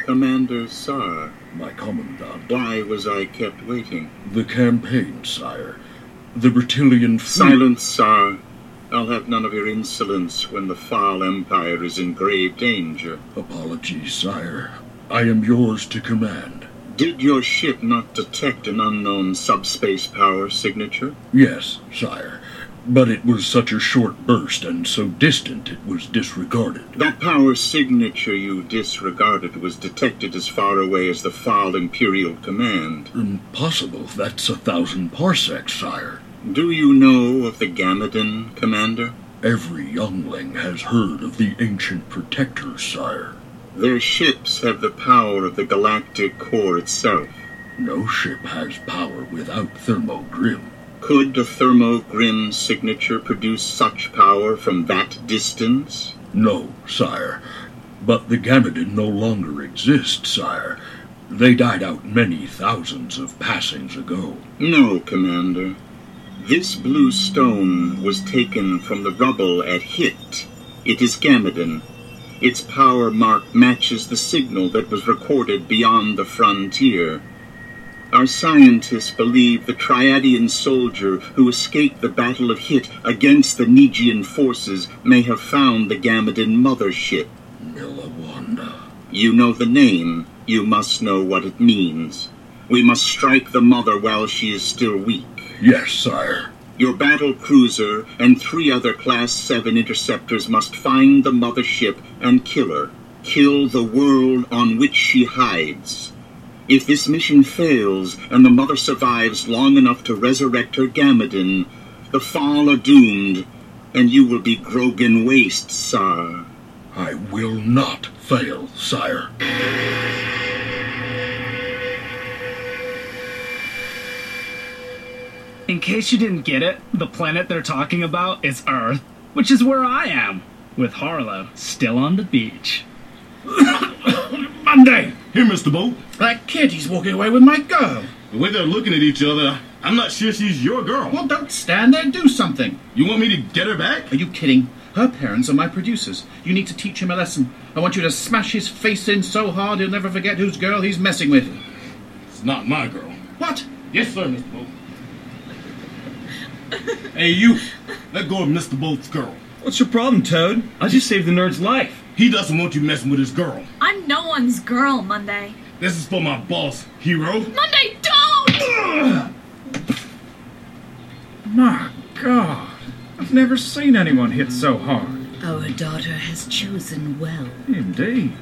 Speaker 26: Commander Sar.
Speaker 3: My commandant.
Speaker 26: Why was I kept waiting?
Speaker 5: Hmm.
Speaker 3: The campaign, sire. The Bertillion fleet.
Speaker 26: Silence, Sar. I'll have none of your insolence when the Far Empire is in grave danger.
Speaker 3: Apologies, sire. I am yours to command.
Speaker 26: Did your ship not detect an unknown subspace power signature?
Speaker 3: Yes, sire. But it was such a short burst and so distant it was disregarded.
Speaker 26: That power signature you disregarded was detected as far away as the Far Imperial Command.
Speaker 3: Impossible. That's a thousand parsecs, sire.
Speaker 26: Do you know of the Gamadin, Commander?
Speaker 3: Every youngling has heard of the ancient protectors, sire.
Speaker 26: Their ships have the power of the galactic core itself.
Speaker 3: No ship has power without Thermogrim.
Speaker 26: Could a Thermogrim signature produce such power from that distance?
Speaker 3: No, sire. But the Gamadin no longer exist, sire. They died out many thousands of passings ago.
Speaker 26: No, Commander. This blue stone was taken from the rubble at Hit. It is Gamadin. Its power mark matches the signal that was recorded beyond the frontier. Our scientists believe the Triadian soldier who escaped the Battle of Hit against the Negian forces may have found the Gamadin mothership. Millawanda. You know the name. You must know what it means. We must strike the mother while she is still weak. Yes, sire. Your battle cruiser and three other Class 7 interceptors must find the mothership and kill her. Kill the world on which she hides. If this mission fails and the mother survives long enough to resurrect her Gamadin, the Fall are doomed, and you will be Grogan Waste, sire. I will not fail, sire.
Speaker 4: In case you didn't get it, the planet they're talking about is Earth, which is where I am, with Harlow still on the beach.
Speaker 19: Monday! Here, Mr. Boat. That kid, he's walking away with my girl. The way they're looking at each other, I'm not sure she's your girl. Well, don't stand there. Do something. You want me to get her back? Are you kidding? Her parents are my producers. You need to teach him a lesson. I want you to smash his face in so hard he'll never forget whose girl he's messing with. It's not my girl. What? Yes, sir, Mr. Boat. hey, you. Let go of Mr. Boat's girl. What's your problem, Toad? I just saved the nerd's life. He doesn't want you messing with his girl.
Speaker 27: I'm no one's girl, Monday.
Speaker 19: This is for my boss, hero.
Speaker 27: Monday, don't!
Speaker 5: My God. I've never seen anyone hit so hard.
Speaker 17: Our daughter has chosen well.
Speaker 5: Indeed.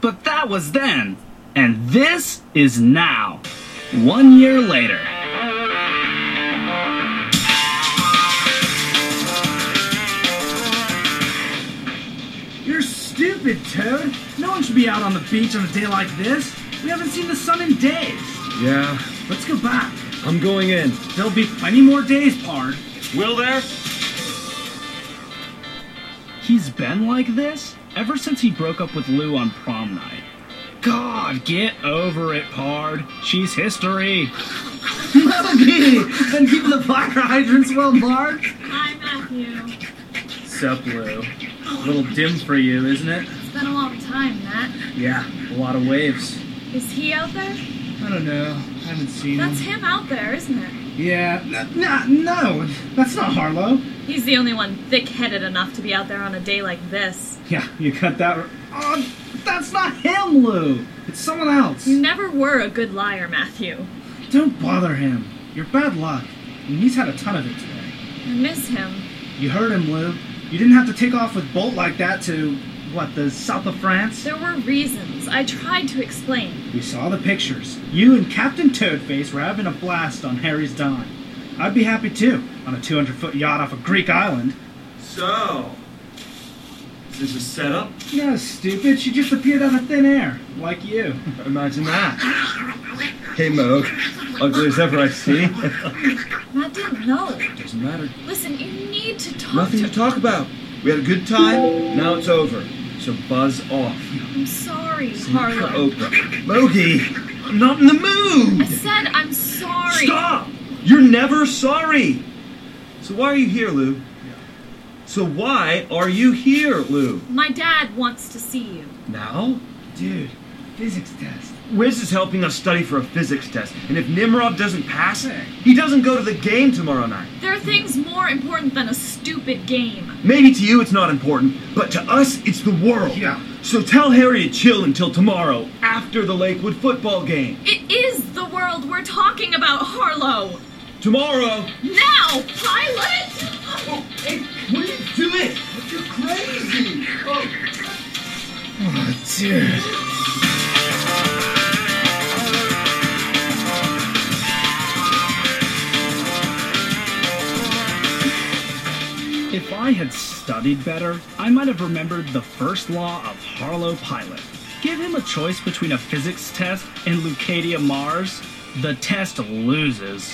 Speaker 4: But that was then, and this is now. One year later.
Speaker 28: You're stupid, Toad. No one should be out on the beach on a day like this. We haven't seen the sun in days.
Speaker 29: Yeah,
Speaker 28: Let's go back.
Speaker 29: I'm going in.
Speaker 28: There'll be plenty more days, Pard.
Speaker 4: Will there? He's been like this ever since he broke up with Lou on prom night. God, get over it, Pard. She's history.
Speaker 28: Okay, then keep the fire hydrants well marked.
Speaker 27: Hi, Matthew.
Speaker 30: Sup, Lou. A little dim for you, isn't it?
Speaker 27: It's been a long time, Matt.
Speaker 30: Yeah, a lot of waves.
Speaker 27: Is he out there?
Speaker 30: I don't know. I haven't seen
Speaker 27: That's him out there, isn't it?
Speaker 30: Yeah.
Speaker 28: No, no, that's not Harlow.
Speaker 27: He's the only one thick-headed enough to be out there on a day like this.
Speaker 28: Yeah, you cut that. r- Oh, that's not him, Lou. It's someone else.
Speaker 27: You never were a good liar, Matthew.
Speaker 28: Don't bother him. You're bad luck, and he's had a ton of it today.
Speaker 27: I miss him.
Speaker 28: You heard him, Lou. You didn't have to take off with Bolt like that to what the south of France.
Speaker 27: There were reasons. I tried to explain.
Speaker 28: We saw the pictures. You and Captain Toadface were having a blast on Harry's Don. I'd be happy too, on a 200 foot yacht off a Greek island.
Speaker 20: So, is this a setup?
Speaker 28: No, stupid. She just appeared out of thin air, like you.
Speaker 20: Imagine that.
Speaker 28: Hey, Moog.
Speaker 20: Ugly as ever I see.
Speaker 27: Matt didn't know.
Speaker 20: Doesn't matter.
Speaker 27: Listen, you need to talk
Speaker 20: Nothing
Speaker 27: to
Speaker 20: to talk about. We had a good time. Now it's over. So buzz off.
Speaker 27: I'm sorry,
Speaker 20: Sing for
Speaker 27: Harlow.
Speaker 20: Oprah. Mogi, I'm not in the mood.
Speaker 27: I said I'm sorry.
Speaker 20: Stop! You're never sorry. So why are you here, Lou? So why are you here, Lou?
Speaker 27: My dad wants to see you.
Speaker 20: Now?
Speaker 28: Dude, physics test.
Speaker 20: Wiz is helping us study for a physics test, and if Nimrod doesn't pass it, he doesn't go to the game tomorrow night.
Speaker 27: There are things more important than a stupid game.
Speaker 20: Maybe to you it's not important, but to us it's the world. Yeah. So tell Harry to chill until tomorrow, after the Lakewood football game.
Speaker 27: It is the world we're talking about, Harlow.
Speaker 20: Tomorrow!
Speaker 27: Now, pilot!
Speaker 20: What are you doing? You're crazy!
Speaker 28: Oh, dude.
Speaker 4: If I had studied better, I might have remembered the first law of Harlow Pilot. Give him a choice between a physics test and Leucadia Mars, the test loses.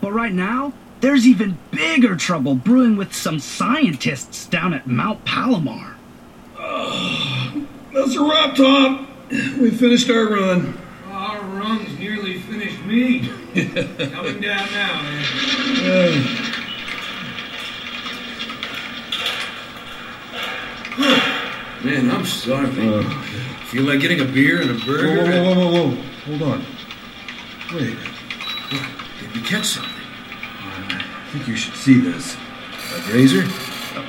Speaker 4: But right now, there's even bigger trouble brewing with some scientists down at Mount Palomar.
Speaker 24: Mr. Reptop,
Speaker 4: We finished our run.
Speaker 5: Ah,
Speaker 8: Our run's nearly finished me. Coming down now, man.
Speaker 4: Uh,
Speaker 14: Man, I'm starving.
Speaker 20: Uh.
Speaker 14: Feel like getting a beer and a
Speaker 4: whoa, whoa,
Speaker 14: burger.
Speaker 4: whoa, whoa, whoa, whoa. Hold on. Wait.
Speaker 14: Did we catch something?
Speaker 4: Um, I think you should see this. A razor? Oh,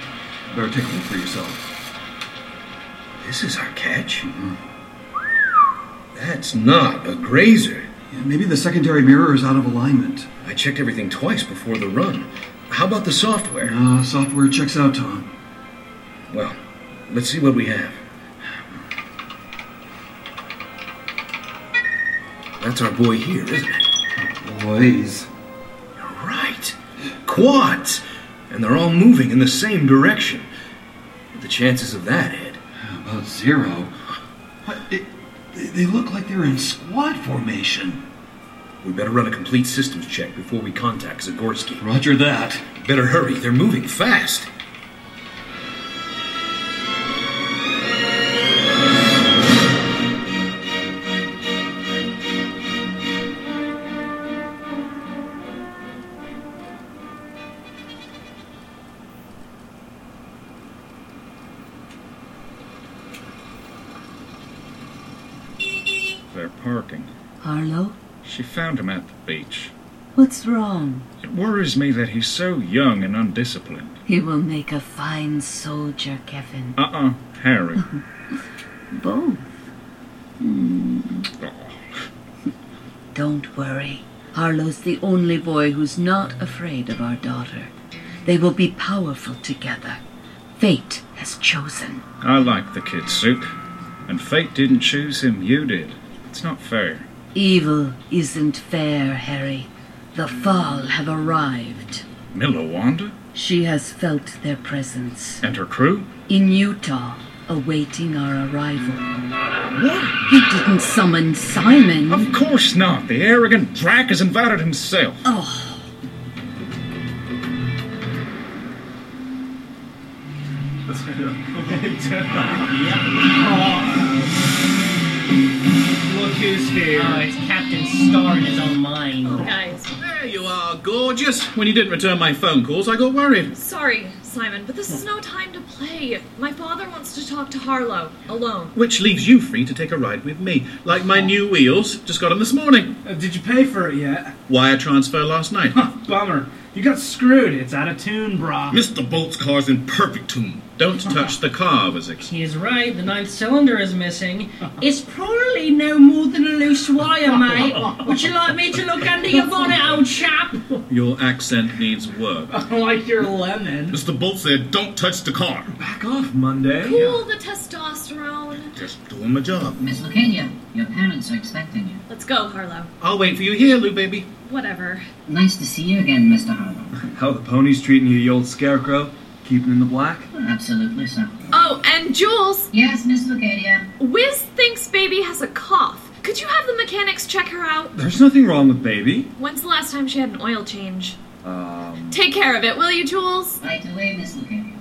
Speaker 4: better take one for yourself. Mm-hmm.
Speaker 14: This is our catch?
Speaker 4: That's not a grazer. maybe the secondary mirror is out of alignment.
Speaker 14: I checked everything twice before the run. How about the software?
Speaker 4: Uh, software checks out, Tom.
Speaker 14: Well, let's see what we have. That's our boy here, isn't it?
Speaker 4: Boys.
Speaker 14: You're right. Quads! And they're all moving in the same direction. The chances of that, Ed.
Speaker 4: About zero. What? It, they, they look like they're in squad formation.
Speaker 14: We better run a complete systems check before we contact Zagorsky.
Speaker 4: Roger that.
Speaker 14: Better hurry, they're moving fast.
Speaker 13: They're parking.
Speaker 17: Harlow,
Speaker 13: She found him at the beach.
Speaker 17: what's wrong?
Speaker 13: It worries me that he's so young and undisciplined.
Speaker 17: He will make a fine soldier, Kevin.
Speaker 13: Uh uh Harry.
Speaker 17: Both. Hmm. Don't worry. Harlow's the only boy who's not afraid of our daughter. They will be powerful together. Fate has chosen.
Speaker 13: I like the kid suit. And fate didn't choose him, you did. It's not fair.
Speaker 17: Evil isn't fair, Harry. The Fall have arrived.
Speaker 13: Milowanda?
Speaker 17: She has felt their presence.
Speaker 13: And her crew?
Speaker 17: In Utah, awaiting our arrival. What? He didn't summon Simon.
Speaker 13: Of course not. The arrogant Drac has invited himself.
Speaker 17: Oh.
Speaker 22: Look who's here. Oh, it's Captain Star in his own mind.
Speaker 27: Guys.
Speaker 19: There you are, gorgeous. When you didn't return my phone calls, I got worried.
Speaker 27: Sorry, Simon, but this is no time to play. My father wants to talk to Harlow alone.
Speaker 19: Which leaves you free to take a ride with me, like my new wheels. Just got them this morning.
Speaker 5: Uh, did you pay for it yet?
Speaker 19: Wire transfer last night.
Speaker 5: Bummer. You got screwed. It's out of tune, brah.
Speaker 19: Mr. Bolt's car's in perfect tune. Don't touch the car, was it?
Speaker 12: He is right, the ninth cylinder is missing. It's probably no more than a loose wire, mate. Would you like me to look under your bonnet, old chap?
Speaker 19: Your accent needs work.
Speaker 12: like your lemon.
Speaker 19: Mr. Bolt said, don't touch the car.
Speaker 2: Back off, Monday.
Speaker 27: Cool the testosterone.
Speaker 19: Just doing my job.
Speaker 16: Miss Lucania, your parents are expecting you.
Speaker 27: Let's go, Harlow.
Speaker 19: I'll wait for you here, Lou baby.
Speaker 27: Whatever.
Speaker 16: Nice to see you again, Mr. Harlow.
Speaker 20: How the ponies treating you, you old scarecrow? Keeping in the black?
Speaker 16: Absolutely, sir.
Speaker 27: Oh, and Jules.
Speaker 16: Yes, Miss Lucadia.
Speaker 27: Wiz thinks baby has a cough. Could you have the mechanics check her out?
Speaker 20: There's nothing wrong with baby.
Speaker 27: When's the last time she had an oil change?
Speaker 20: Um.
Speaker 27: Take care of it, will you, Jules?
Speaker 16: Right away, Miss Lucadia.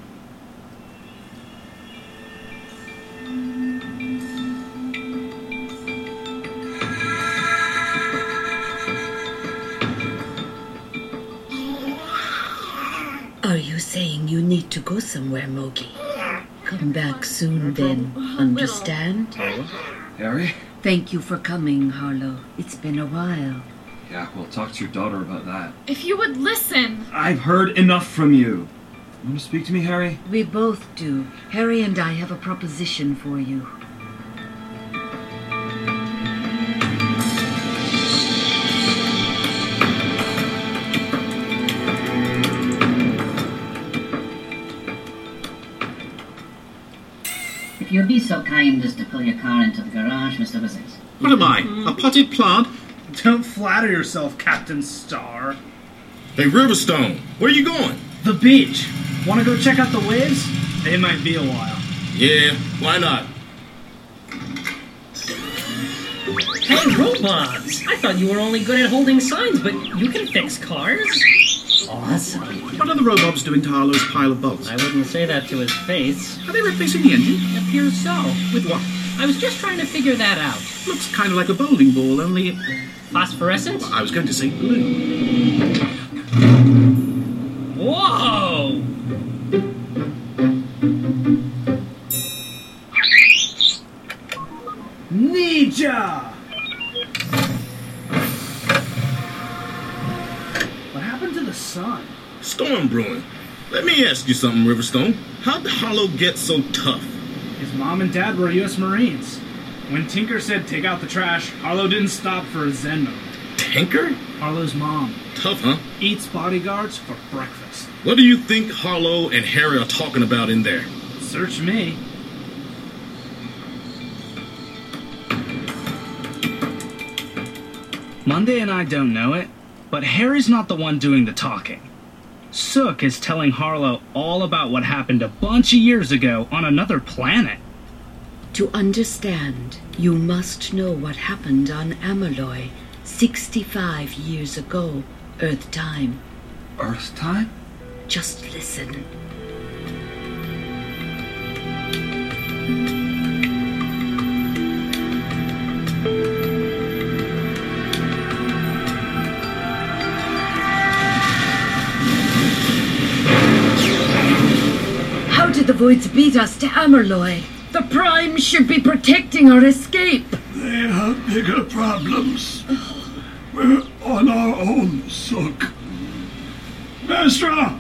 Speaker 17: Are you saying you need to go somewhere, Mogi? Come back soon, then. Understand?
Speaker 20: Harry?
Speaker 17: Thank you for coming, Harlow. It's been a while.
Speaker 20: Yeah, we'll talk to your daughter about that.
Speaker 27: If you would listen.
Speaker 20: I've heard enough from you. You want to speak to me, Harry?
Speaker 17: We both do. Harry and I have a proposition for you.
Speaker 16: If you'll be so kind as to pull your car into the garage, Mr. Wizards.
Speaker 19: What am I? A potted plant?
Speaker 5: Don't flatter yourself, Captain Star.
Speaker 19: Hey, Riverstone, where you going?
Speaker 5: The beach. Want to go check out the waves? They might be a while.
Speaker 19: Yeah, why not?
Speaker 12: Hey, robots! I thought you were only good at holding signs, but you can fix cars. Awesome.
Speaker 19: What are the robots doing to Harlow's pile of bolts?
Speaker 12: I wouldn't say that to his face.
Speaker 19: Are they replacing the engine?
Speaker 12: It appears so.
Speaker 19: With what?
Speaker 12: I was just trying to figure that out.
Speaker 6: Looks kind of like a bowling ball, only.
Speaker 12: Phosphorescent?
Speaker 6: I was going to say blue.
Speaker 12: Whoa!
Speaker 5: Ninja! What happened to the sun?
Speaker 26: Storm brewing. Let me ask you something, Riverstone. How'd the hollow get so tough?
Speaker 5: His mom and dad were U.S. Marines. When Tinker said take out the trash, Harlow didn't stop for a Zen moment.
Speaker 26: Tinker?
Speaker 5: Harlow's mom
Speaker 26: Tough, huh?
Speaker 5: eats bodyguards for breakfast.
Speaker 26: What do you think Harlow and Harry are talking about in there?
Speaker 5: Search me.
Speaker 21: Monday and I don't know it, but Harry's not the one doing the talking. Sook is telling Harlow all about what happened a bunch of years ago on another planet.
Speaker 17: To understand, you must know what happened on Amalloy 65 years ago, Earth time.
Speaker 4: Earth time?
Speaker 17: Just listen. How did the Voids beat us to Amerloy? The Prime should be protecting our escape.
Speaker 8: They have bigger problems. We're on our own, Sook. Mestra,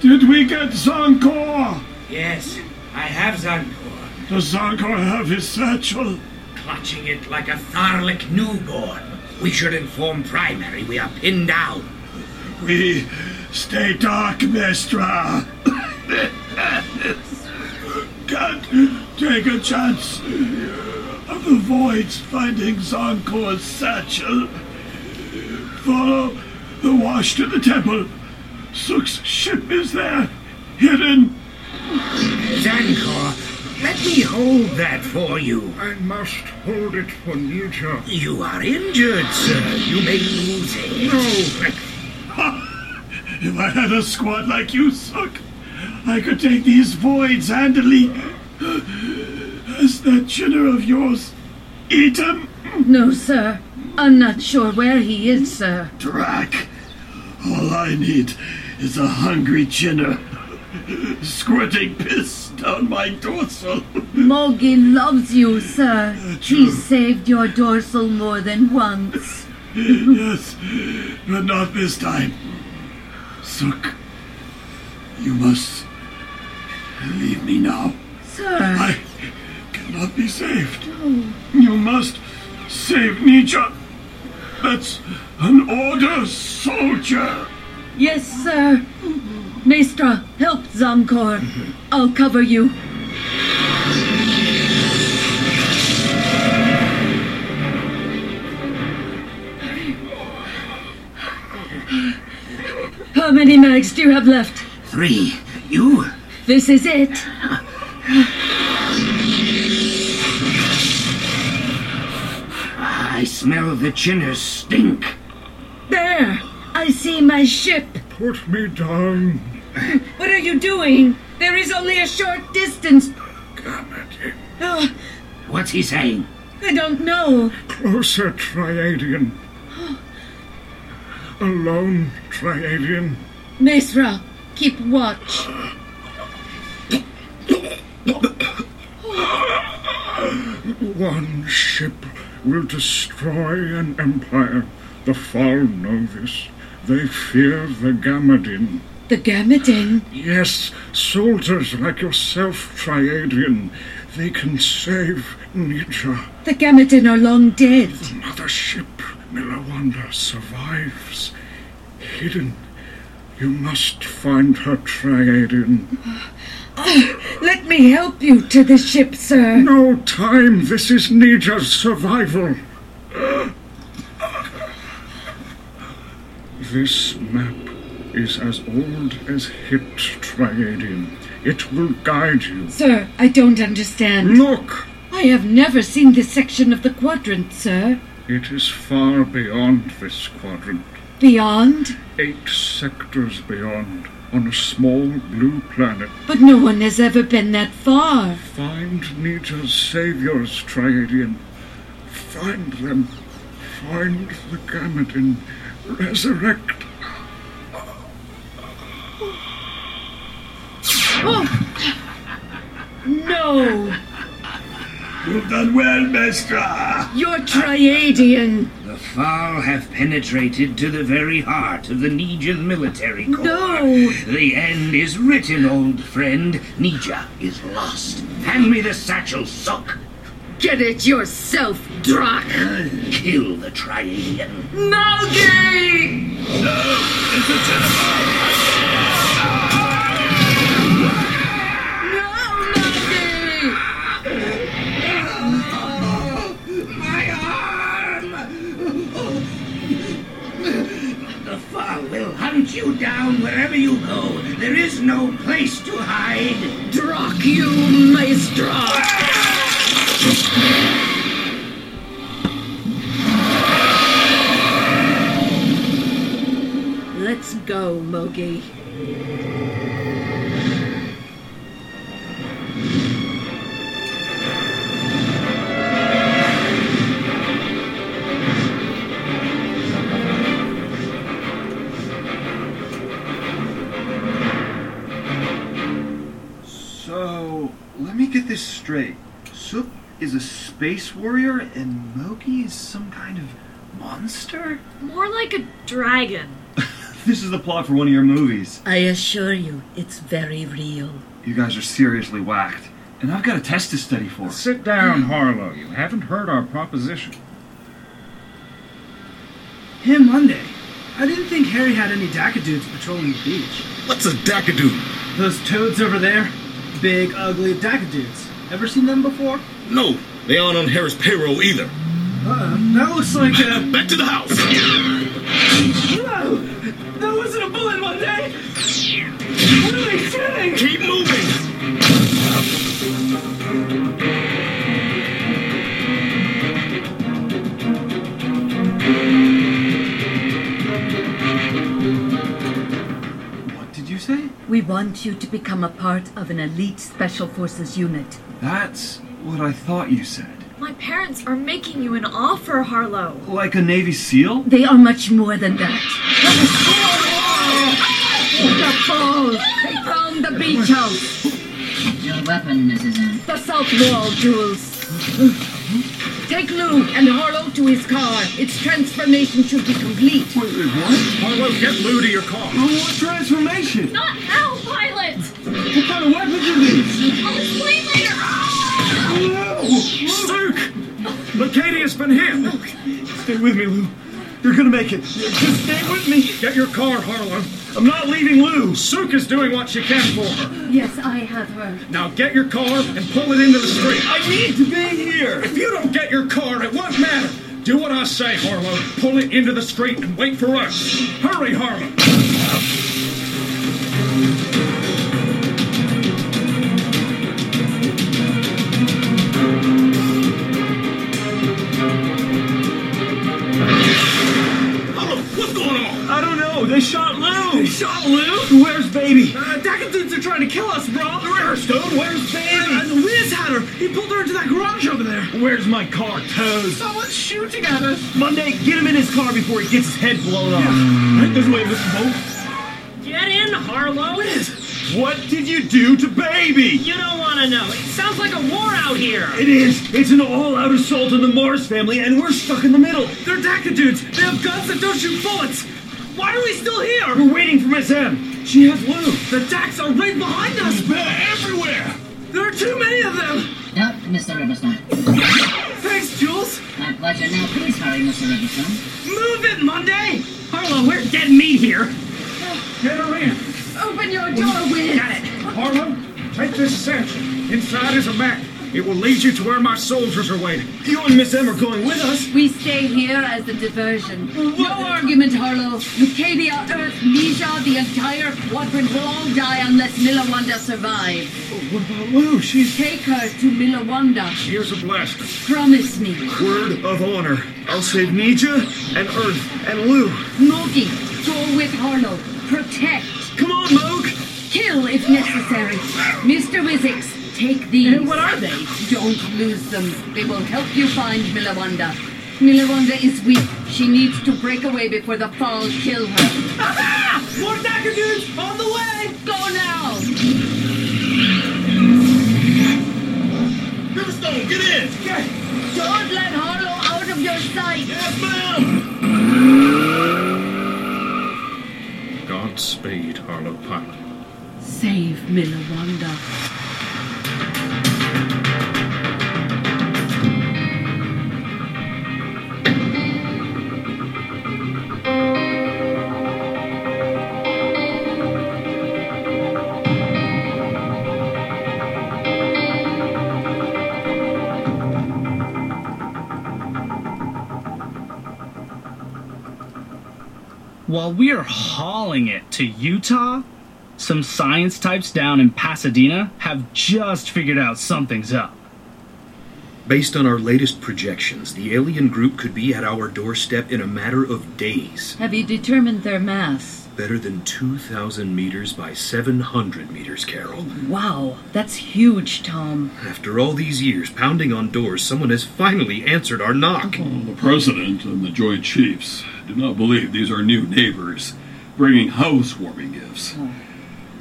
Speaker 8: did we get Zankor? Yes, I have Zankor.
Speaker 24: Does Zankor have his satchel?
Speaker 8: Clutching it like a Tharlic newborn. We should inform Primary we are pinned down.
Speaker 24: We stay dark, Mestra. Can't take a chance of the voids finding Zankor's satchel. Follow the wash to the temple. Sook's ship is there, hidden.
Speaker 8: Zankor, let me hold that for you. I must hold it for Nietzsche. You are injured, sir. You may lose it.
Speaker 24: If I had a squad like you, Sook, I could take these voids handily. As that chinner of yours, eat him,
Speaker 17: No, sir. I'm not sure where he is, sir.
Speaker 24: Drac. All I need is a hungry chinner squirting piss down my dorsal.
Speaker 17: Moggy loves you, sir. He saved your dorsal more than once.
Speaker 24: yes, but not this time. Sook, you must leave me now.
Speaker 17: Sir.
Speaker 24: I cannot be saved.
Speaker 17: No.
Speaker 24: You must save Nietzsche. That's an order, soldier.
Speaker 17: Yes, sir. Maestra, help Zamkor. I'll cover you. How many mags do you have left?
Speaker 8: Three. You?
Speaker 17: This is it.
Speaker 8: I smell the chinner's stink.
Speaker 17: There! I see my ship.
Speaker 8: Put me down.
Speaker 17: What are you doing? There is only a short distance. Oh,
Speaker 8: What's he saying?
Speaker 17: I don't know.
Speaker 8: Closer, Triadian.
Speaker 24: Alone, Triadian.
Speaker 17: Mesra, keep watch.
Speaker 8: One ship will destroy an empire.
Speaker 24: The Fall know this. They fear the Gamadin.
Speaker 17: The Gamadin.
Speaker 8: Yes, soldiers like yourself, Triadian. They can save Nietzsche.
Speaker 17: The Gamadin are long dead.
Speaker 8: Another ship, Milawanda, survives. Hidden. You must find her, Triadian.
Speaker 17: Ah, Let me help you to the ship, sir.
Speaker 8: No time. This is Nija's survival. This map is as old as Hit Triadian. It will guide you.
Speaker 17: Sir, I don't understand.
Speaker 8: Look!
Speaker 17: I have never seen this section of the quadrant, sir.
Speaker 8: It is far beyond this quadrant.
Speaker 17: Beyond?
Speaker 8: Eight sectors beyond, on a small blue planet.
Speaker 17: But no one has ever been that far.
Speaker 8: Find Nita's saviors, Triadian. Find them. Find the Gamadin. Resurrect.
Speaker 17: Oh. No!
Speaker 24: You've done well, Mestra.
Speaker 17: You're Triadian!
Speaker 8: The Fal have penetrated to the very heart of the Nijan military corps.
Speaker 17: No!
Speaker 8: The end is written, old friend. Nija is lost. Hand me the satchel, Sok.
Speaker 17: Get it yourself, Drak!
Speaker 8: Kill the Triadian.
Speaker 17: Malgi!
Speaker 8: The Far will hunt you down wherever you go. There is no place to hide.
Speaker 17: Drak, you maestro! Let's go, Mogi.
Speaker 20: So, let me get this straight. Sook is a space warrior and Mogi is some kind of monster?
Speaker 27: More like a dragon.
Speaker 20: This is the plot for one of your movies.
Speaker 17: I assure you, it's very real.
Speaker 20: You guys are seriously whacked. And I've got a test to study for. Hmm.
Speaker 13: Sit down, Harlow. You haven't heard our proposition.
Speaker 5: Hey, Monday. I didn't think Harry had any Daka dudes patrolling the beach.
Speaker 4: What's a Dakadoon?
Speaker 5: Those toads over there? Big, ugly Daka dudes. Ever seen them before?
Speaker 4: No, they aren't on Harris payroll either.
Speaker 5: Uh, that looks like a.
Speaker 4: Back to the house.
Speaker 5: Whoa! That wasn't a bullet, Monday! What are they doing?
Speaker 4: Keep moving!
Speaker 20: What did you say?
Speaker 17: We want you to become a part of an elite special forces unit.
Speaker 20: That's what I thought you said.
Speaker 27: My parents are making you an offer, Harlow.
Speaker 20: Like a Navy SEAL?
Speaker 17: They are much more than that. the fall! They found the beach house!
Speaker 16: Your weapon, Mrs. M.
Speaker 17: The south wall, Jules. Take Lou and Harlow to his car. Its transformation should be complete.
Speaker 4: Harlow, get Lou to your car.
Speaker 20: What transformation?
Speaker 27: Not now, pilot!
Speaker 20: What kind of weapons are these?
Speaker 27: I'll explain later!
Speaker 20: Luke! Lacadia's been hit! Stay with me, Lou. You're gonna make it. Just stay with me. Get your car, Harlan. I'm not leaving Lou.
Speaker 13: Sook is doing what she can for her.
Speaker 17: Yes, I have her.
Speaker 13: Now get your car and pull it into the street.
Speaker 20: I need to be here.
Speaker 13: If you don't get your car, it won't matter. Do what I say, Harlow. Pull it into the street and wait for us. Hurry, Harlow.
Speaker 5: Oh,
Speaker 4: What's going on?
Speaker 20: I don't know. They shot Lou. They
Speaker 4: shot Loo?
Speaker 20: Where's baby?
Speaker 5: Uh, Daka dudes are trying to kill us, bro! Uh,
Speaker 20: Stone, where's baby?
Speaker 5: And Liz had her! He pulled her into that garage over there!
Speaker 20: Where's my car, Toes?
Speaker 5: Someone's shooting at us!
Speaker 20: Monday, get him in his car before he gets his head blown off. Right this way, Mr. Bolt.
Speaker 12: Get in, Harlow!
Speaker 20: What did you do to baby?
Speaker 12: You don't want to know. It sounds like a war out here.
Speaker 20: It is. It's an all-out assault on the Mars family, and we're stuck in the middle.
Speaker 5: They're Daka dudes! They have guns that don't shoot bullets! Why are we still here?
Speaker 20: We're waiting for Miss M. She has Lou.
Speaker 5: The Daks are right behind us!
Speaker 4: They're everywhere.
Speaker 5: There are too many of them!
Speaker 16: Help, Mr. Riverstone.
Speaker 5: Thanks, Jules!
Speaker 16: My pleasure. Now please hurry, Mr. Riverstone.
Speaker 5: Move it, Monday!
Speaker 12: Harlow, we're dead meat here.
Speaker 13: Get her in.
Speaker 17: Open your door, Will.
Speaker 12: Got it.
Speaker 13: Harlow, take this satchel. Inside is a map. It will lead you to where my soldiers are waiting.
Speaker 20: You and Miss M are going with us.
Speaker 17: We stay here as a diversion. No argument, Harlow. Lucadia, Earth, Nisha, the entire quadrant will all die unless Milawanda survives.
Speaker 20: What about Lou? She's
Speaker 17: Take her to Milawanda.
Speaker 13: Here's a blaster.
Speaker 17: Promise me.
Speaker 20: word of honor. I'll save Nija and Earth and Lou.
Speaker 17: Mogi, go with Harlow. Protect. Come on, Moog! Kill if necessary. Mr. Wizix, take these.
Speaker 31: what are they?
Speaker 17: Don't lose them. They will help you find Milawanda. Milawanda is weak. She needs to break away before the fall kill her. More dagger dudes on the way! Go now!
Speaker 19: Riverstone, get in!
Speaker 17: Don't let Harlow out of your sight! Yes,
Speaker 3: Godspeed, Harlow Pike.
Speaker 17: Save Milawanda.
Speaker 4: While we're hauling it to Utah, some science types down in Pasadena have just figured out something's up.
Speaker 5: Based on our latest projections, the alien group could be at our doorstep in a matter of days.
Speaker 17: Have you determined their mass?
Speaker 5: Better than 2,000 meters by 700 meters, Carol.
Speaker 17: Wow, that's huge, Tom.
Speaker 5: After all these years pounding on doors, someone has finally answered our
Speaker 17: Oh.
Speaker 5: knock.
Speaker 3: The President and the Joint Chiefs do not believe these are new neighbors bringing housewarming gifts.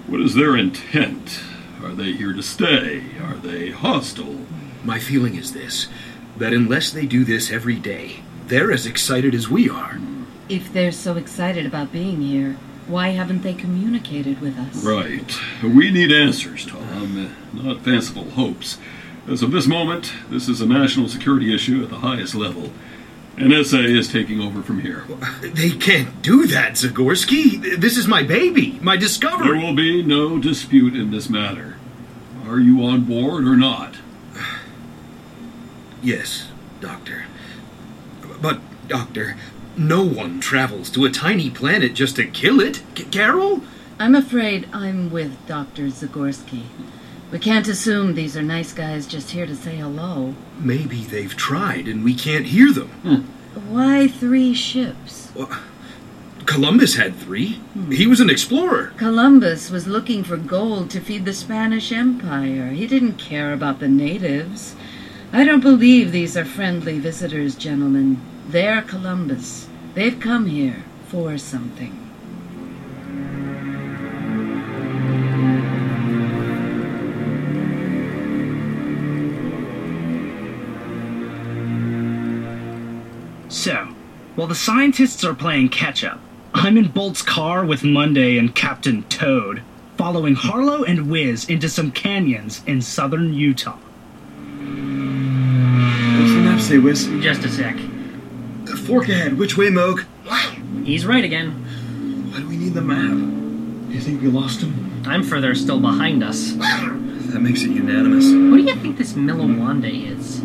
Speaker 3: What is their intent? Are they here to stay? Are they hostile?
Speaker 5: My feeling is this that unless they do this every day, they're as excited as we are.
Speaker 17: If they're so excited about being here, why haven't they communicated with us?
Speaker 3: Right. We need answers, Tom, not fanciful hopes. As of this moment, this is a national security issue at the highest level. NSA is taking over from here.
Speaker 5: They can't do that, Zagorsky. This is my baby, my discovery.
Speaker 3: There will be no dispute in this matter. Are you on board or not?
Speaker 5: Yes, Doctor. But, Doctor, no one travels to a tiny planet just to kill it. C- Carol?
Speaker 17: I'm afraid I'm with Dr. Zagorski. We can't assume these are nice guys just here to say hello.
Speaker 5: Maybe they've tried and we can't hear them.
Speaker 12: Hmm.
Speaker 17: Why three ships?
Speaker 5: Columbus had three.
Speaker 12: Hmm.
Speaker 5: He was an explorer.
Speaker 17: Columbus was looking for gold to feed the Spanish Empire. He didn't care about the natives. I don't believe these are friendly visitors, gentlemen. They're Columbus. They've come here for something.
Speaker 4: So, while the scientists are playing catch up, I'm in Bolt's car with Monday and Captain Toad, following Harlow and Wiz into some canyons in southern Utah.
Speaker 12: What's the map say, Wiz? Just a sec.
Speaker 20: Fork ahead. Which way, Moog?
Speaker 12: He's right again. Why do we need the map?
Speaker 20: You think we lost him?
Speaker 12: I'm further still behind us.
Speaker 20: That makes it unanimous.
Speaker 12: What do you think this Milawande is?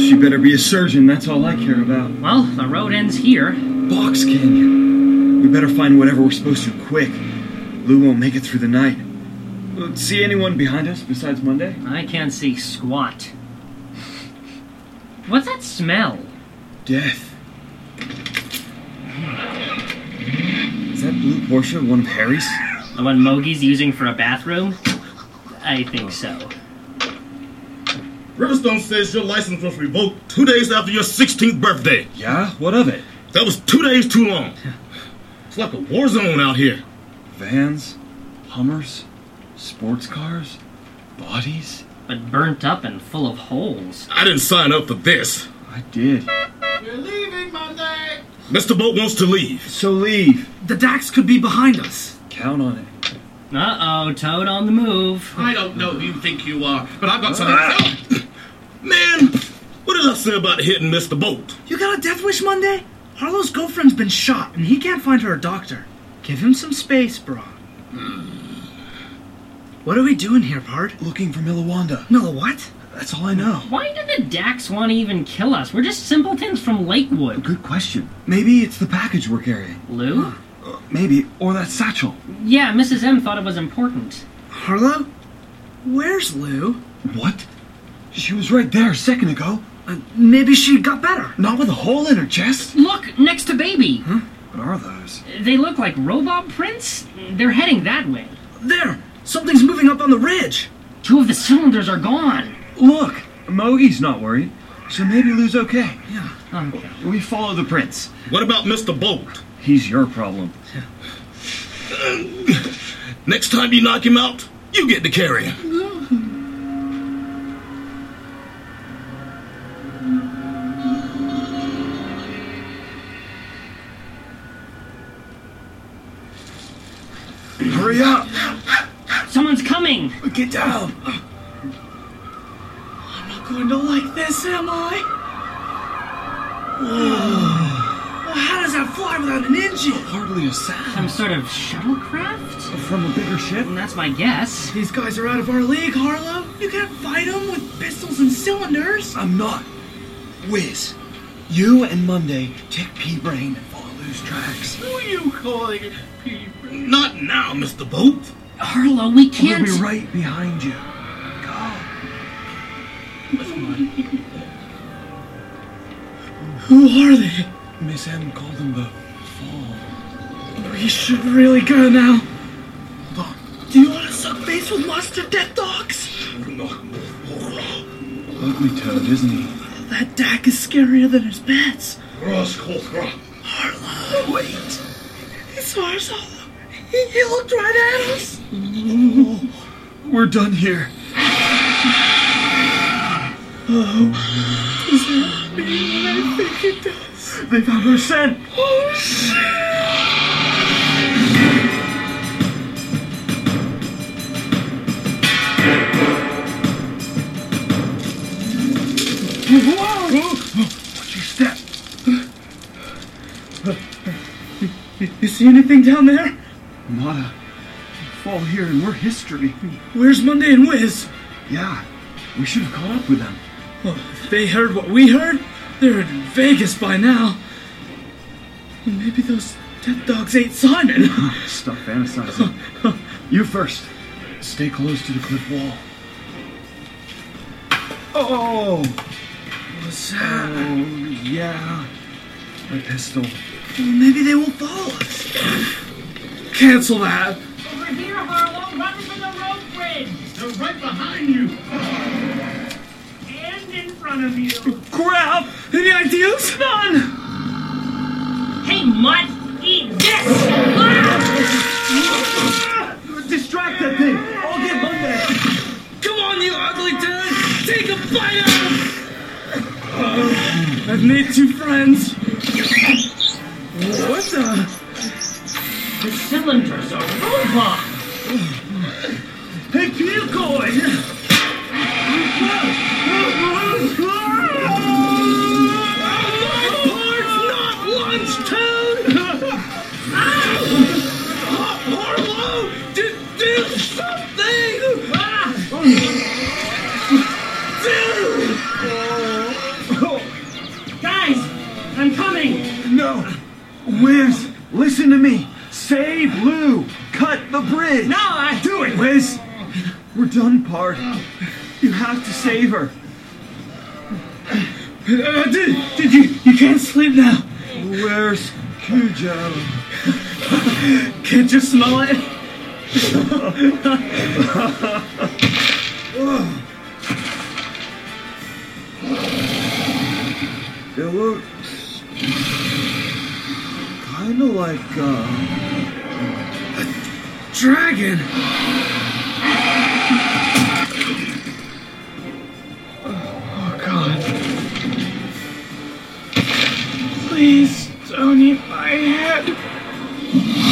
Speaker 20: She better be a surgeon. That's all I care about.
Speaker 12: Well, the road ends here.
Speaker 20: Box Canyon. We better find whatever we're supposed to quick. Lou won't make it through the night. Uh, See anyone behind us besides Monday?
Speaker 12: I can't see squat. What's that smell?
Speaker 20: Death. Is that blue Porsche one of Harry's?
Speaker 12: The one Mogi's using for a bathroom? I think so.
Speaker 32: Riverstone says your license was revoked two days after your 16th birthday.
Speaker 20: Yeah? What of it?
Speaker 32: That was two days too long. It's like a war zone out here.
Speaker 20: Vans, Hummers, sports cars, bodies.
Speaker 12: But burnt up and full of holes.
Speaker 32: I didn't sign up for this.
Speaker 20: I did.
Speaker 19: We're leaving Monday!
Speaker 32: Mr. Boat wants to leave.
Speaker 20: So leave.
Speaker 33: The Dax could be behind us.
Speaker 20: Count on it.
Speaker 12: Uh oh, Toad on the move.
Speaker 32: I don't know who you think you are, but I've got something to tell Man, what did I say about hitting Mr. Boat?
Speaker 33: You got a death wish Monday? Harlow's girlfriend's been shot and he can't find her a doctor. Give him some space, bro.
Speaker 4: Hmm.
Speaker 33: What are we doing here, Bard?
Speaker 20: Looking for Milawanda.
Speaker 33: Mila what?
Speaker 20: That's all I know.
Speaker 12: Why did the Dax want to even kill us? We're just simpletons from Lakewood.
Speaker 20: Good question. Maybe it's the package we're carrying.
Speaker 12: Lou?
Speaker 20: Uh, Maybe, or that satchel.
Speaker 12: Yeah, Mrs. M thought it was important.
Speaker 33: Harlow? Where's Lou?
Speaker 20: What? She was right there a second ago.
Speaker 33: Uh, Maybe she got better.
Speaker 20: Not with a hole in her chest.
Speaker 12: Look, next to baby.
Speaker 20: What are those?
Speaker 12: They look like robot prints. They're heading that way.
Speaker 20: There! Something's moving up on the ridge!
Speaker 12: Two of the cylinders are gone.
Speaker 20: Look! Mogi's not worried, so maybe Lou's okay. Yeah.
Speaker 12: Okay.
Speaker 20: We follow the prints.
Speaker 3: What about Mr. Bolt?
Speaker 20: He's your problem.
Speaker 3: Next time you knock him out, you get to carry him.
Speaker 5: Mm-hmm.
Speaker 12: Hurry up! Someone's coming! Get down!
Speaker 5: I'm not going to like this, am I? Whoa. Well, how does that fly without an engine? Hardly a sound.
Speaker 12: Some sort of shuttlecraft?
Speaker 20: From a bigger ship?
Speaker 12: That's my guess.
Speaker 5: These guys are out of our league, Harlow. You can't fight them with pistols and cylinders.
Speaker 20: I'm not. Wiz, you and Monday take P Brain and follow Lou's tracks.
Speaker 3: Who are you calling people? Not now, Mr. Bolt.
Speaker 12: Harlow, we can't.
Speaker 20: We'll be right behind you.
Speaker 5: Who are they?
Speaker 20: Miss M called them the Fall.
Speaker 5: We should really go now. Do you want to suck face with monster death dogs?
Speaker 20: Ugly Toad, isn't he?
Speaker 5: That Dak is scarier than his pets.
Speaker 20: Harlow,
Speaker 5: Wait. He saw us all. He, he looked right at us.
Speaker 20: Oh. We're done here.
Speaker 5: Oh. Does that mean what I think it does?
Speaker 20: They found our scent.
Speaker 5: Oh, shit.
Speaker 20: Whoa! Watch your step.
Speaker 5: You, you see anything down there?
Speaker 20: Nada. Fall here and we're history.
Speaker 5: Where's Monday and Wiz?
Speaker 20: Yeah, we should have caught up with them.
Speaker 5: Well, if they heard what we heard, they're in Vegas by now. And maybe those death dogs ate Simon.
Speaker 20: Stop fantasizing. you first. Stay close to the cliff wall. Oh!
Speaker 5: What's
Speaker 20: Oh, yeah. My pistol.
Speaker 5: Well, maybe they won't follow us. Cancel that.
Speaker 12: Over here, Harlow, run for the rope bridge!
Speaker 34: They're right behind you.
Speaker 12: And in front of you!
Speaker 5: Crap! Any ideas? None!
Speaker 12: Hey, Mutt! Eat this!
Speaker 5: Ah!
Speaker 20: Distract that thing! I'll get Monday!
Speaker 5: Come on, you ugly dude! Take a bite out of I've made two friends. What the?
Speaker 12: The cylinders are robot!
Speaker 5: Hey, Peter Coin!
Speaker 12: Guys, I'm coming!
Speaker 20: No! Wiz, listen to me! Save Lou! Cut the bridge!
Speaker 12: No, I-
Speaker 20: Do it, Wiz! We're done, Part. You have to save her.
Speaker 5: Uh, dude, dude, you, you can't sleep now.
Speaker 20: Where's
Speaker 12: Hmm.
Speaker 20: Cujo?
Speaker 5: Can't you smell it?
Speaker 20: It looks kind of like uh,
Speaker 5: Dragon! Oh, God. Please don't eat my head.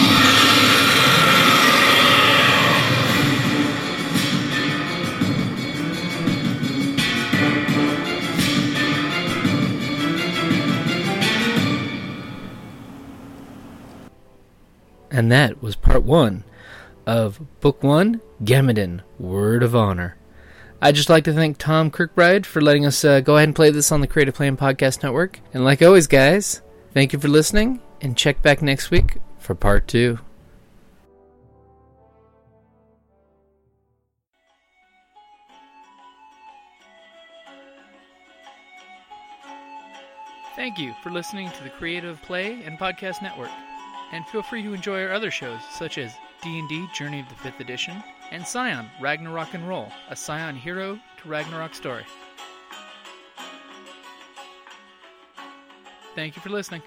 Speaker 2: And that was part one of Book One Gamadin, Word of Honor. I'd just like to thank Tom Kirkbride for letting us uh, go ahead and play this on the Creative Plan Podcast Network. And like always, guys, thank you for listening and check back next week for part two. Thank you for listening to the Creative Play and Podcast Network. and feel free to enjoy our other shows such as D&D Journey of the 5th Edition and Scion Ragnarok and Roll, a Scion hero to Ragnarok story. Thank you for listening.